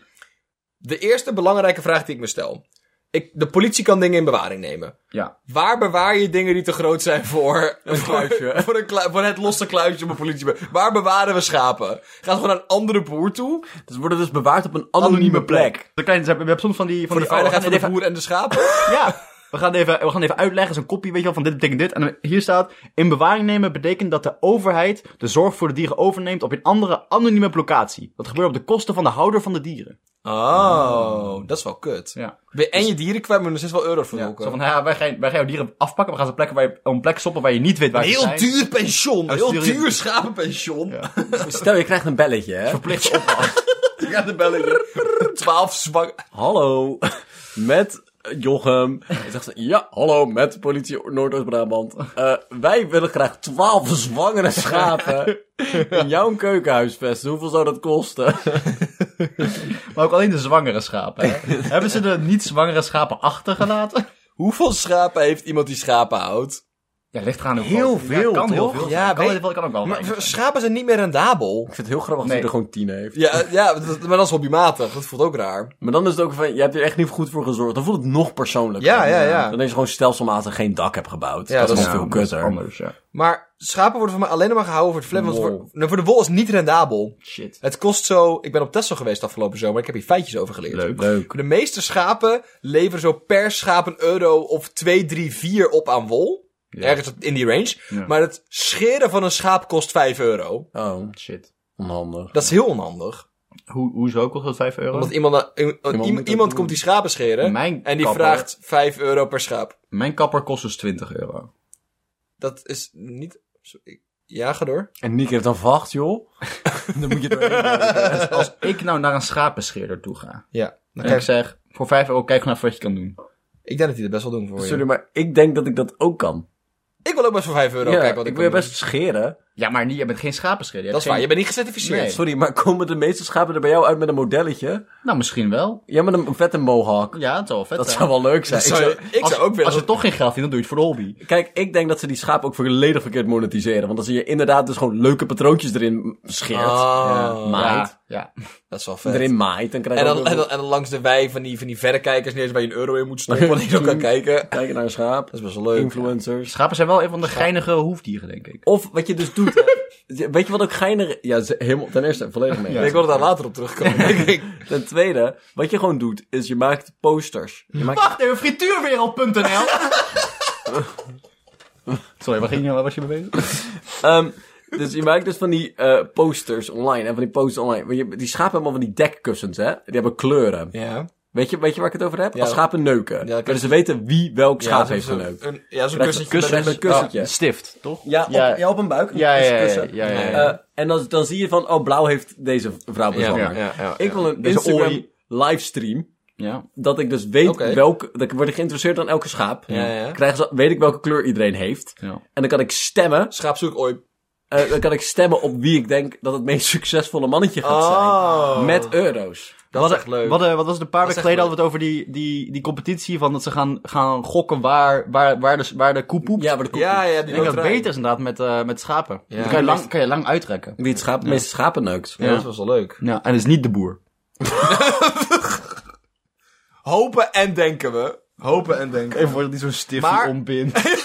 S1: De eerste belangrijke vraag die ik me stel. Ik, de politie kan dingen in bewaring nemen.
S2: Ja.
S1: Waar bewaar je dingen die te groot zijn voor... Een
S3: kluisje.
S1: Voor, een klui- voor het losse kluisje op een politie. Waar bewaren we schapen? Gaan ze gewoon naar een andere boer toe?
S3: Dus worden dus bewaard op een anonieme plek.
S2: De kleine, ze hebben- we hebben soms van die... Van
S1: Voor de
S2: die
S1: veiligheid
S2: oh,
S1: van
S2: we
S1: de
S2: gaan
S1: boer en de schapen?
S2: even- Ja. We gaan, even, we gaan even uitleggen, zo'n kopie, weet je wel, van dit betekent dit. En dan- hier staat, in bewaring nemen betekent dat de overheid de zorg voor de dieren overneemt op een andere anonieme locatie. Dat gebeurt op de kosten van de houder van de dieren.
S1: Oh, dat is wel kut.
S2: Ja.
S1: Ben- En je dieren kwijt, maar er is wel euro voor
S2: eh, Zo van,
S1: hoeken.
S2: ja, wij, gaan, wij gaan jouw dieren afpakken, we gaan ze plekken waar je, op een plek stoppen waar je niet weet waar ze
S1: Heel
S2: zijn. Oh,
S1: duur pensioen.
S2: Als
S1: Heel
S2: dieren-
S1: duur schapenpensioen.
S3: Stel, je krijgt een belletje, hè?
S2: Verplicht oppas.
S1: Je gaat de bellen. Twaalf zwang...
S3: Hallo, met Jochem. En zegt ze, ja, hallo, met politie Noordoost-Brabant. Eh, wij willen graag twaalf zwangere schapen in jouw keukenhuis vesten. Hoeveel zou dat kosten?
S2: Maar ook alleen de zwangere schapen. hè. Hebben ze de niet-zwangere schapen achtergelaten?
S1: Hoeveel schapen heeft iemand die schapen houdt?
S2: Ja, ligt eraan hoe
S3: Heel
S2: groot. Ja,
S3: veel,
S2: kan heel
S3: toch?
S2: veel.
S1: Ja,
S2: Ja, kan,
S1: weet-
S2: heel veel, kan ook wel. weinig.
S1: Maar schapen zijn niet meer rendabel.
S3: Ik vind het heel grappig als hij
S2: Nee.
S3: er gewoon tien heeft.
S1: Ja, eh, ja dat- maar dat is hobbymatig. Dat voelt ook raar.
S3: Maar dan is het ook van, je hebt er echt niet goed voor gezorgd. Dan voelt het nog persoonlijker.
S1: Ja, ja, ja.
S3: Dan is je gewoon stelselmatig geen dak hebt gebouwd.
S1: Ja,
S3: dat,
S1: dat
S3: is
S1: is-
S3: nog veel
S2: dat is
S3: kutter.
S2: Anders, ja.
S1: Maar schapen worden voor mij alleen maar gehouden voor het vlem. Want
S3: Wol.
S1: voor, nou, voor de wol is niet rendabel.
S2: Shit.
S1: Het kost zo... Ik ben op Tesla geweest afgelopen zomer. Ik heb hier feitjes over geleerd.
S2: Leuk.
S3: Leuk.
S1: De meeste schapen leveren zo per schaap een euro of 2, 3, 4 op aan wol. Ergens in die range.
S2: Ja.
S1: Maar het scheren van een schaap kost 5 euro.
S3: Oh,
S2: Shit.
S3: onhandig.
S1: Dat is heel onhandig.
S2: Hoe, hoezo kost dat 5 euro?
S1: Want iemand, een- een-
S3: moet
S1: iemand,
S3: dat
S1: iemand
S3: doen.
S1: komt die schapen scheren.
S2: Mijn
S1: en die
S2: kapper.
S1: vraagt 5 euro per schaap.
S2: Mijn kapper kost dus 20 euro.
S1: Dat is niet. zo- ik- Ja, ga door.
S3: En Nick heeft dan vacht, joh. dan moet je er eh, doorheen werken.
S2: Dus als ik nou naar een schapenscheerder toe ga.
S1: Ja. Dan
S2: En ik
S1: kijk,
S2: zeg, voor 5 euro kijk gewoon even wat je kan doen.
S1: ik denk dat die dat best wel doen voor je.
S3: Sorry, maar ik denk dat ik dat ook kan.
S1: Ik wil ook best voor 5 euro
S3: ja,
S1: kijken wat ik,
S3: ik wil je
S1: kan
S3: best scheren.
S2: Ja, maar niet, je bent geen schapenscheerder.
S1: doen.
S2: je
S1: Dat is
S2: hebt
S1: waar, je
S2: geen-
S1: bent niet gecertificeerd.
S2: Nee.
S3: Sorry, maar komen de meeste schapen er bij jou uit met een modelletje?
S2: Nou, misschien wel.
S3: Ja, met een vette mohawk.
S2: Ja, dat zou wel vet
S3: Dat
S2: zijn.
S3: zou wel leuk zijn.
S1: Ik zou,
S3: Ik
S1: ik zou
S2: als,
S1: ook willen.
S2: Als je toch geen geld vindt, dan doe je het voor de hobby.
S3: zou- Kijk, ik denk dat ze die schapen ook volledig verkeerd monetiseren. Want dan zie je inderdaad dus gewoon leuke patroontjes erin scheert.
S1: Oh.
S3: maait.
S2: Ja.
S1: Dat is wel vet.
S3: Erin maait. Dan krijg je
S1: En
S3: ook
S1: dan,
S3: nog
S1: en, dan, en dan langs de wei van die, van die verrekijkers neer waar je een euro in moet stoppen. Wanneer je dan kan kijken. Dat
S3: kijken naar een schaap.
S1: is best wel leuk.
S3: Influencers.
S2: Schapen zijn wel een van de geinigere hoefdieren, denk ik.
S3: Of wat je dus doet. hè. Weet je wat ook geinig... Ja, ze- helemaal, ten eerste, volledig mee.
S1: ik wil er daar later op terugkomen. denk ik.
S3: Ten tweede, wat je gewoon doet, is je maakt posters. Je maakt
S2: Wacht even, frituurwereld.nl Sorry, waar ging je, waar was je mee bezig?
S3: Ehm, Dus je maakt dus van die eh, posters online. En van die posters online. Maar je- Die schapen hebben allemaal van die dekkussens, hè? Die hebben kleuren.
S1: Ja.
S3: Weet, je, weet je waar ik het over heb?
S1: Ja.
S3: Als schapen neuken.
S1: dat
S3: dus ze weten wie welk schaap heeft
S1: zo'n-
S3: geneukt.
S1: een- Ja, zo'n
S3: Krijgt
S1: kussentje.
S3: een kussen
S1: met-
S3: met een kussentje.
S5: Stift, toch?
S3: Ja, op,
S2: Ja.
S3: ja. op een buik.
S2: Ja, ja, ja,
S3: Kussen, kussen.
S2: ja, ja, ja.
S1: Nee.
S3: Eh, en dan, dan zie je van, oh, blauw heeft deze vrouw
S1: Ja,
S3: bezwanger.
S1: ja, ja, ja.
S3: Ik wil een
S2: Deze
S3: Instagram
S2: ooi.
S3: livestream.
S2: Ja.
S3: Dat ik dus weet
S1: Oké.
S3: welke... Dat ik word ik geïnteresseerd aan elke schaap.
S1: Ja, ja.
S3: Krijgen ze, weet ik welke kleur iedereen heeft.
S2: Ja.
S3: En dan kan ik stemmen.
S1: Schaap zoek ooit.
S3: eh, dan kan ik stemmen op wie ik denk dat het meest succesvolle mannetje gaat
S1: Oh.
S3: zijn. Met euro's.
S1: Dat is echt leuk.
S2: Wat, eh, wat was het, een paar weken
S1: echt
S2: geleden
S1: leuk.
S2: hadden we het over die, die, die competitie van dat ze gaan, gaan gokken waar, waar, waar, de, waar de koe poept.
S3: Ja, maar de koe.
S1: ja, ja, die
S2: Ik denk dat het
S1: loterij.
S2: beter is inderdaad met, eh, met schapen.
S1: Ja.
S2: Dan kan je, lang, kan je lang uitrekken.
S3: Wie het schaap, de meeste schapen neukt.
S1: Ja, dat was wel leuk.
S2: Ja, en dat is niet de boer.
S1: Hopen en denken we. Hopen en denken.
S2: Even voordat hij zo'n stift
S1: Maar-
S2: ombindt.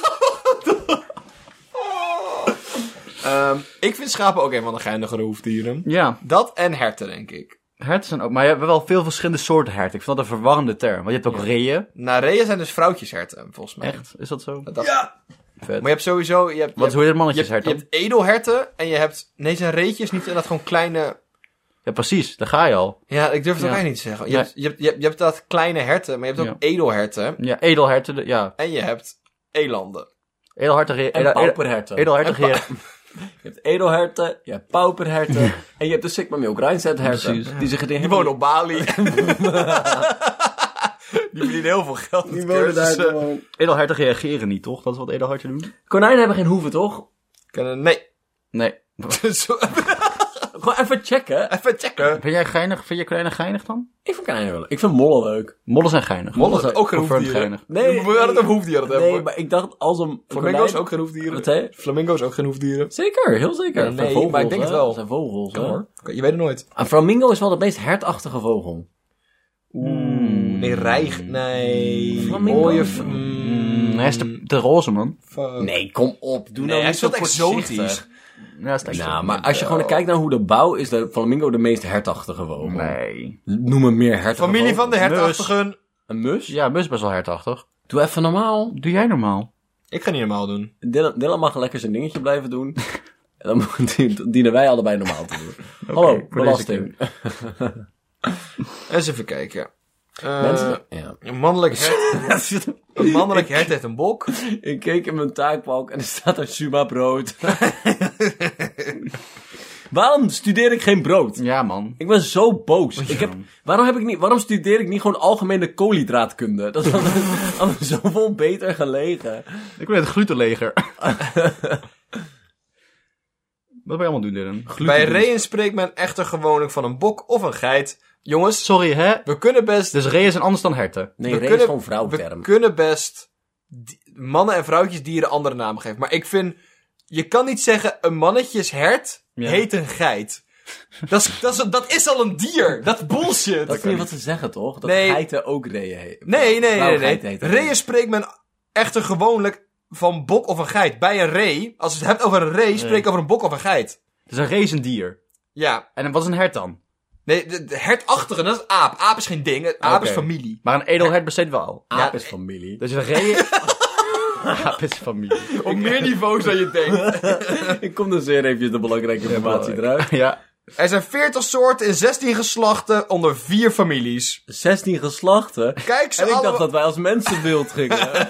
S1: Ehm, ik vind schapen ook een van de geinigere hoefdieren.
S2: ja,
S1: Dat en herten, denk ik.
S2: herten zijn ook... Maar je hebt wel veel verschillende soorten herten. Ik vind dat een verwarrende term. Want je hebt ook reeën.
S1: Nareeën zijn dus vrouwtjesherten, volgens mij.
S2: Echt? Is dat zo?
S1: Dat-
S2: Vet.
S1: Maar je hebt sowieso... Je hebt,
S2: Wat is
S1: je
S2: hoe je het
S1: hebt, je
S2: mannetjeshert
S1: hebt, je
S2: dan?
S1: hebt edelherten en je hebt... Nee, zijn reetjes niet. En dat gewoon kleine...
S2: Ja, precies. Daar ga je al.
S1: Ja, ik durf het
S2: Ja.
S1: ook eigenlijk niet te zeggen. Je,
S2: Nee.
S1: hebt, je, hebt, je, hebt, je hebt dat kleine herten, maar je hebt ook edelherten.
S2: Ja, edelherten. de- Ja,
S1: En je hebt elanden.
S2: edelherten... re-
S3: En
S2: edel-
S3: pauperherten.
S2: Edelherten... re-
S3: Je hebt edelherten, je hebt pauperherten. en je hebt de Sigma Milk Rhinestad herten.
S2: Precies.
S3: Die zich in
S1: Die wonen op Bali. die verdienen heel veel geld met cursussen.
S2: Edelherten reageren niet, toch? Dat is wat edelherten doen?
S3: Konijnen hebben geen hoeven, toch?
S1: Kunnen- Nee. Dus
S2: Nee.
S1: Zo,
S3: Gewoon even checken.
S1: Even checken.
S2: Vind jij geinig? Vind jij konijnen geinig dan?
S3: Ik vind konijnen wel leuk. Ik vind mollen leuk.
S2: Mollen zijn geinig.
S1: Mollen zijn ook geen
S2: Confirmed
S1: hoefdieren.
S2: geinig.
S1: Nee, we hadden het over hoefdieren
S3: Nee,
S1: hebben. hoor.
S3: maar ik dacht als een
S1: Flamingo's
S3: konijn-
S1: ook geen hoefdieren.
S3: Wat zei je?
S1: Flamingo's ook geen hoefdieren.
S3: Zeker, heel zeker.
S1: Ja,
S3: Dat
S1: nee,
S3: zijn vogels,
S1: maar ik denk
S3: hè?
S1: het wel.
S3: Dat zijn vogels,
S1: Kan
S3: hoor.
S1: hoor. Je weet het nooit.
S3: Een flamingo is wel de meest hertachtige vogel.
S2: Mm.
S1: Nee, rijg. Nee.
S3: Flamingo.
S1: Mooie. f- mm,
S2: Mm, hij is de, de roze, man.
S1: fuck.
S3: Nee, kom op. Doe nou
S1: hij
S3: niet
S1: is
S3: zo
S1: wat
S3: voorzichtig.
S1: exotisch.
S2: Ja, dat is echt zo.
S3: Nou, maar als je gewoon kijkt naar hoe de bouw is, de flamingo de meest hertachtige vogel.
S2: Nee.
S3: Noem hem meer hertachtige
S1: Familie van de
S3: vogel.
S1: hertachtigen.
S3: Een mus?
S2: Ja, mus is best wel hertachtig.
S3: Doe even normaal.
S2: Doe jij normaal?
S1: Ik ga niet normaal doen.
S3: Dylan, Dylan mag lekker zijn dingetje blijven doen. En dan moeten- dienen wij allebei normaal te doen. Hallo,
S2: voor deze
S3: belasting.
S1: Eens even kijken. Eh,
S3: Mensen? Ja.
S1: Een mannelijk hert, een mannelijk hert heeft een bok.
S3: Ik keek in mijn taakbalk en er staat er Suma brood. Waarom studeer ik geen brood?
S2: Ja, man.
S3: Ik ben zo boos. Ik heb, waarom, heb ik niet, waarom studeer ik niet gewoon algemene koolhydraatkunde? Dat had me- had me zoveel beter gelegen.
S2: Ik ben het glutenleger. Wat ben je allemaal doen, Dylan?
S1: Bij reeën spreekt men echter gewoonlijk van een bok of een geit. Jongens,
S2: Sorry, hè?
S1: we kunnen best.
S2: Dus reeën zijn anders dan herten.
S3: Nee,
S1: we
S3: Ray is
S1: kunnen-
S3: gewoon vrouwterm.
S1: We kunnen best di- mannen en vrouwtjes dieren andere namen geven. Maar ik vind, je kan niet zeggen een mannetjeshert
S2: Ja.
S1: heet een geit. Dat is, dat, is, dat is al een dier. Dat is bullshit.
S3: Dat is niet wat ze zeggen, toch? Dat
S1: Nee.
S3: geiten ook reeën heten.
S1: Nee, nee, nee. nee, nee.
S3: Heten.
S1: Reeën spreekt men echter gewoonlijk van bok of een geit. Bij een ree, als je het hebt over een ree, spreek je over een bok of een geit.
S2: Dus een ree is een dier.
S1: Ja.
S2: En wat is een hert dan?
S1: Nee, de, de hertachtige, dat is aap. Aap is geen ding. Aap is
S2: Oké.
S1: familie.
S2: Maar een edelhert besteedt wel.
S3: Aap is familie.
S2: Dus een ree... Aap is familie.
S1: Op meer niveaus dan je denkt.
S3: Ik kom dus weer even de belangrijke informatie eruit.
S2: Ja.
S1: Er zijn 40 soorten in 16 geslachten onder 4 families.
S3: 16 geslachten.
S1: Kijk ze
S3: En ik
S1: allemaal-
S3: dacht dat wij als mensen wild gingen.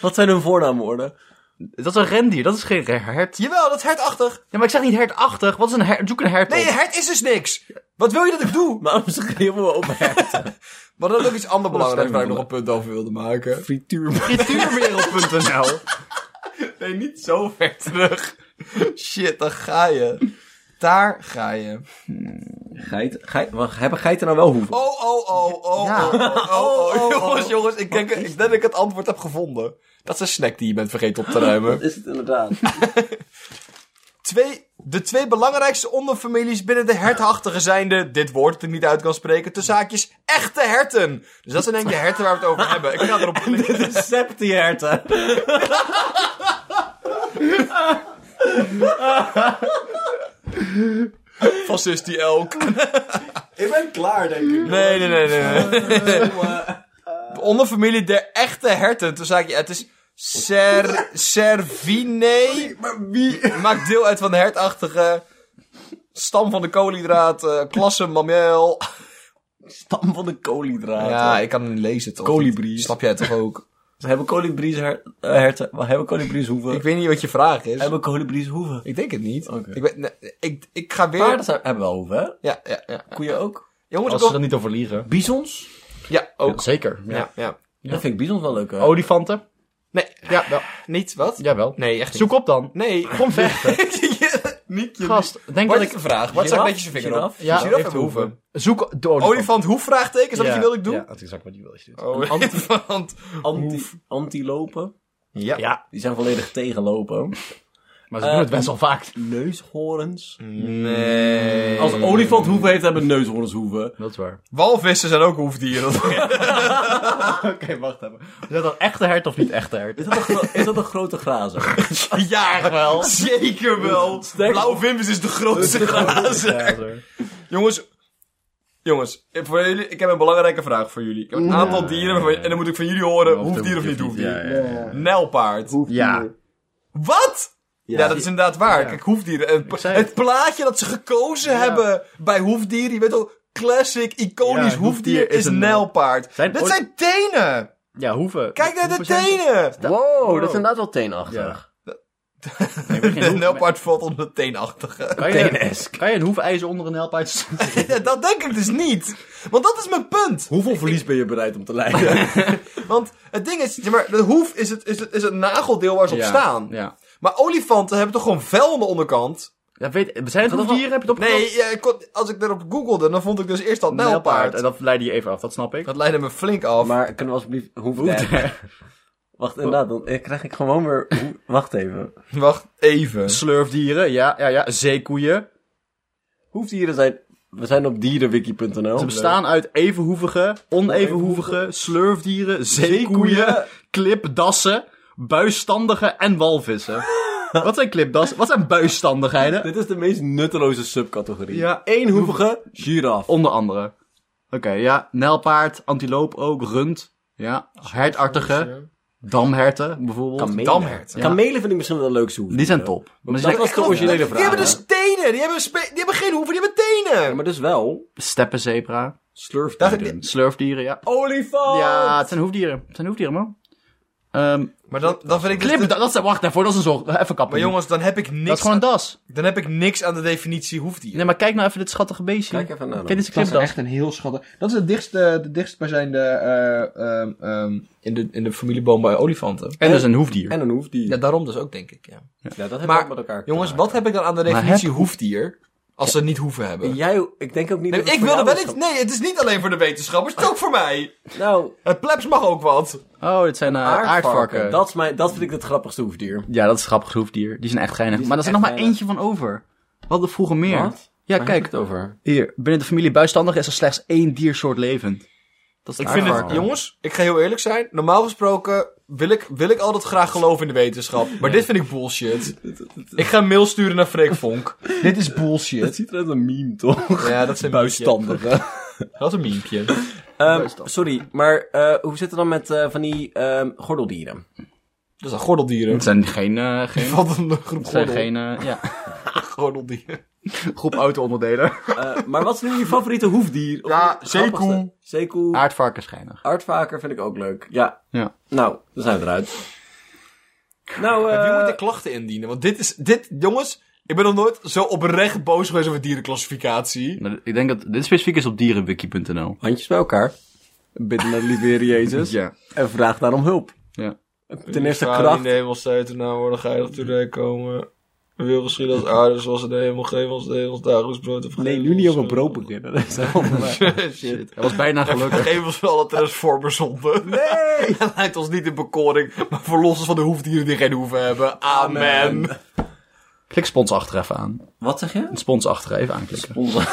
S3: Wat zijn hun voornaamwoorden?
S2: Dat is een rendier, dat is geen hert.
S1: Jawel, dat is hertachtig.
S2: Ja, maar ik zeg niet hertachtig. Wat is een hert? Zoek een hert
S1: Nee,
S2: op.
S1: een hert is dus niks. Wat wil je dat ik doe?
S3: Waarom schreeuwen we op herten?
S1: Maar dat is ook iets anders belangrijks waar ik nog
S2: stemmen.
S1: een punt over wilde maken.
S3: Frituur.
S2: Frituurwereld.nl.
S1: Nee, niet zo ver terug. Shit, daar ga je. Daar ga je.
S3: Geit, geit, wacht, hebben geiten nou wel hoeven?
S1: Oh, oh, oh, oh, oh, oh, oh, oh. Jongens, jongens, ik denk, ik denk dat ik het antwoord heb gevonden. Dat is een snack die je bent vergeten op te ruimen.
S3: Is het inderdaad.
S1: Twee, de twee belangrijkste onderfamilies binnen de hertachtigen zijn de, dit woord dat ik niet uit kan spreken, tussen haakjes, echte herten. Dus dat zijn denk ik de herten waar we het over hebben. Ik ga erop klikken.
S3: De septierten.
S1: Fascist die elk.
S3: Ik ben klaar, denk ik.
S1: Nee, nee, nee, nee. nee. De onderfamilie der echte herten, tussen haakjes, het is Ser, Servine
S3: Maar wie?
S1: maakt deel uit van de hertachtige stam van de koolhydraten, klasse mammeel.
S3: Stam van de koolhydraten.
S1: Ja, ik kan het niet lezen toch?
S3: Kolibries.
S1: Snap jij toch ook?
S3: Ze hebben kolibries her, eh, herten. Wel, hebben kolibries hoeven?
S1: Ik weet niet wat je vraag is.
S3: Hebben kolibries hoeven?
S1: Ik denk het niet.
S3: Oké.
S1: Ik, ben, nee, ik, ik ga weer...
S3: Paarden zijn- hebben wel hoeven, hè?
S1: Ja, ja, ja.
S3: Koeien ook.
S1: Jongens, ik
S2: Als ze er
S1: kom...
S2: niet over liegen.
S3: Bisons?
S1: Ja, ook.
S2: Zeker. Ja.
S1: Ja, ja.
S3: Dat vind ik bisons wel leuk, hè?
S2: Oh, Olifanten?
S1: Nee,
S2: Ja, wel.
S1: niet wat?
S2: jawel.
S1: Nee, echt niet.
S2: Zoek op dan.
S1: Nee.
S2: Kom vechten.
S1: niet
S2: Gast, denk dat
S1: Wat is
S2: ik...
S1: de vraag? Wat zag
S3: Giraf?
S1: netjes je vinger op?
S3: Giraf?
S2: Ja,
S1: Giraf
S2: heeft
S1: hebben hoeven.
S2: Zoek de olifant.
S1: Olifant hoef vraagteken, is dat
S2: Ja,
S1: wat je wilde ik doen?
S2: Ja, dat is exact wat je wilde doen.
S1: Oh, olifant.
S3: Anti, antilopen?
S1: Ja.
S2: Ja,
S3: Die zijn volledig tegenlopen.
S2: maar ze doen
S1: Eh,
S2: het best wel vaak.
S3: Neushoorns?
S1: Nee.
S3: Als olifant hoeven heeft, hebben neushoorns hoeven.
S2: Dat is waar.
S1: Walvissen zijn ook hoefdieren.
S2: Oké, wacht even. Is dat een echte hert of niet echte hert?
S3: Is dat een, gro- is dat een grote grazer?
S1: ja, wel. Zeker wel.
S3: Sterk-
S1: Blauwe vimpus is de grootste glazen. Jongens, jongens eh, voor jullie, ik heb een belangrijke vraag voor jullie. Ik heb een aantal dieren waarvan- en dan moet ik van jullie horen hoefdier of niet hoefdier.
S2: Ja, ja, ja.
S1: Nijlpaard.
S2: Ja.
S1: Wat? Ja, dat is inderdaad waar. Kijk, hoefdieren. Het,
S2: zei
S1: het plaatje dat ze gekozen hebben bij hoefdieren, je weet al, classic, iconisch
S2: Ja,
S1: hoefdier is een nijlpaard.
S2: Zijn
S1: dat
S2: ooit-
S1: zijn tenen!
S2: Ja, hoeven.
S1: Kijk naar de
S2: Hoeven zijn-
S1: tenen!
S6: Wow,
S2: Oh,
S6: dat is inderdaad wel teenachtig.
S2: Ja. Nee, maar geen
S1: De
S2: hoeven.
S1: nijlpaard valt onder de teenachtige.
S2: Kan je, kan je een hoefijzer onder een help uit...
S1: Ja, dat denk ik dus niet. Want dat is mijn punt.
S3: Hoeveel verlies ben je bereid om te lijden?
S1: Want het ding is, zeg maar, de hoef is het, is het, is het nageldeel waar ze op staan.
S2: Ja.
S1: Maar olifanten hebben toch gewoon vel aan de onderkant?
S2: ja weet, zijn het hoefdieren? Heb je het opgezocht?
S1: Nee, ja, ik kon- als ik daarop googelde, dan vond ik dus eerst dat
S2: Nijlpaard.
S1: nijlpaard.
S2: En dat leidde je even af, dat snap ik.
S1: Dat leidde me flink af.
S3: maar kunnen we alsjeblieft hoeven? Nee. Wacht, inderdaad, dan eh, krijg ik gewoon weer... hoe- Wacht even.
S1: Wacht even.
S2: Slurfdieren, ja, ja, ja. Zeekoeien.
S3: Hoefdieren zijn... We zijn op dierenwiki.nl.
S2: Ze bestaan uit evenhoevige, onevenhoevige, slurfdieren, zeekoeien, klipdassen, buisstandigen en walvissen. Wat zijn klipdassen? Wat zijn buisstandigheden?
S3: Dit is de meest nutteloze subcategorie.
S2: Ja,
S3: Eenhoevige giraf.
S2: Onder andere. Oké, ja. Nijlpaard, antiloop ook, rund. Ja, hertartige, damherten bijvoorbeeld.
S3: Kamelen.
S1: Damhert.
S2: Ja.
S3: Kamelen vind ik misschien wel de leukste hoeve.
S2: Die zijn top. Maar
S3: Dat
S2: die zijn
S3: was de originele
S1: Die
S3: vraag.
S1: hebben dus tenen. Die hebben, spe- die hebben geen hoeven, die hebben
S3: Ja,
S1: tenen.
S3: maar dus wel...
S2: steppenzebra,
S1: Dacht
S3: Slurfdieren.
S1: ik-
S2: slurfdieren, ja.
S3: Olifant!
S2: Ja, het zijn hoefdieren. Het zijn hoefdieren, man. Ehm
S1: Maar dan, dan vind ik... dus
S2: klip,
S1: de-
S2: dat, dat, zijn- wacht even, dat is een zorg. Even kappen.
S1: maar jongens, dan heb ik
S2: dat is
S1: niks,
S2: gewoon een das.
S1: dan heb ik niks aan de definitie hoefdier.
S2: Nee, maar kijk nou even dit schattige beestje.
S3: Kijk even naar
S2: Kijk, dit is een klipdas.
S1: een heel schattig. Dat is het dichtst, de dichtstbijzijnde ehm, in, de, in de familieboom bij olifanten.
S2: En dus een hoefdier.
S3: En een hoefdier.
S1: Ja,
S3: Ja,
S1: daarom dus ook, denk ik. Ja.
S3: dat hebben
S1: Maar,
S3: we ook met elkaar te
S1: Jongens,
S3: maken.
S1: wat heb ik dan aan de definitie hoefdier als ze het niet hoeven hebben?
S3: Jij, ik denk ook niet
S1: Nee,
S3: dat het
S1: ik
S3: voor
S1: wilde
S3: jou
S1: wel
S3: is
S1: iets. Nee, het dus is niet alleen voor de wetenschappers, het is ook voor mij.
S3: ge- Nou,
S1: Het plebs mag ook wat.
S2: Oh, dit zijn eh,
S3: aardvarken.
S2: aardvarken.
S3: Dat, is mijn, dat vind ik het grappigste hoefdier.
S2: Ja, dat is een grappig hoefdier. Die zijn echt geinig.
S3: Die
S2: Maar er
S3: zijn
S2: is nog maar
S3: echt geinig.
S2: eentje van over. We hadden vroeger meer.
S3: Wat?
S2: Ja,
S3: Waar heb
S2: kijk.
S3: je het over.
S2: Hier, binnen de familie buisstandigen is er slechts één diersoort levend. Dat is
S1: Ik vind het, jongens, ik ga heel eerlijk zijn. Normaal gesproken wil ik, wil ik altijd graag geloven in de wetenschap. Maar dit vind ik bullshit. Ik ga een mail sturen naar Freek Vonk. dit is
S3: Dat
S1: bullshit.
S3: ziet er uit een meme, toch?
S1: Ja, dat is een
S3: Buisstandige.
S1: miempje. Dat is een miempje.
S3: Ehm, sorry, maar eh, hoe zit het dan met eh, van die ehm, gordeldieren?
S1: Dat zijn gordeldieren.
S2: Het zijn geen... eh, geen...
S1: Wat een groep
S2: Het zijn
S1: gordel,
S2: geen eh, ja.
S1: gordeldieren.
S2: groep auto-onderdelen.
S3: Eh, maar wat is nu je favoriete hoefdier? Of
S1: Ja,
S3: je grappigste?
S1: zeekoe.
S3: Zeekoe.
S2: Aardvarken schijnig.
S3: Aardvaker vind ik ook leuk. Ja.
S2: Ja.
S3: Nou, dan zijn we eruit. Nou, eh
S1: Wie moet de klachten indienen? Want dit is, dit, jongens, ik ben nog nooit zo oprecht boos geweest over dierenclassificatie.
S2: Maar Nou, Ik denk dat dit specifiek is op dierenwiki.nl.
S3: handjes bij elkaar. Bidden naar de lieve Jezus.
S2: Dus, Ja.
S3: En vraag daarom hulp.
S2: Ja.
S3: Ten eerste kracht.
S1: in de hemel stuiten, nou worden geilig today komen. Wil geschieden als aarde, zoals in de hemel. Geef ons dagelijks brood.
S3: Nee, nu niet over brood beginnen. Dat is helemaal waar.
S1: Shit.
S2: Dat was bijna gelukkig.
S1: Geef ons wel alle transformers zonden. Nee! En leid ons niet in bekoring, maar verlos ons van de hoefdieren die geen hoeven hebben. Amen.
S2: Klik spons achter even aan.
S3: Wat zeg je?
S2: Spons achter even aanklikken.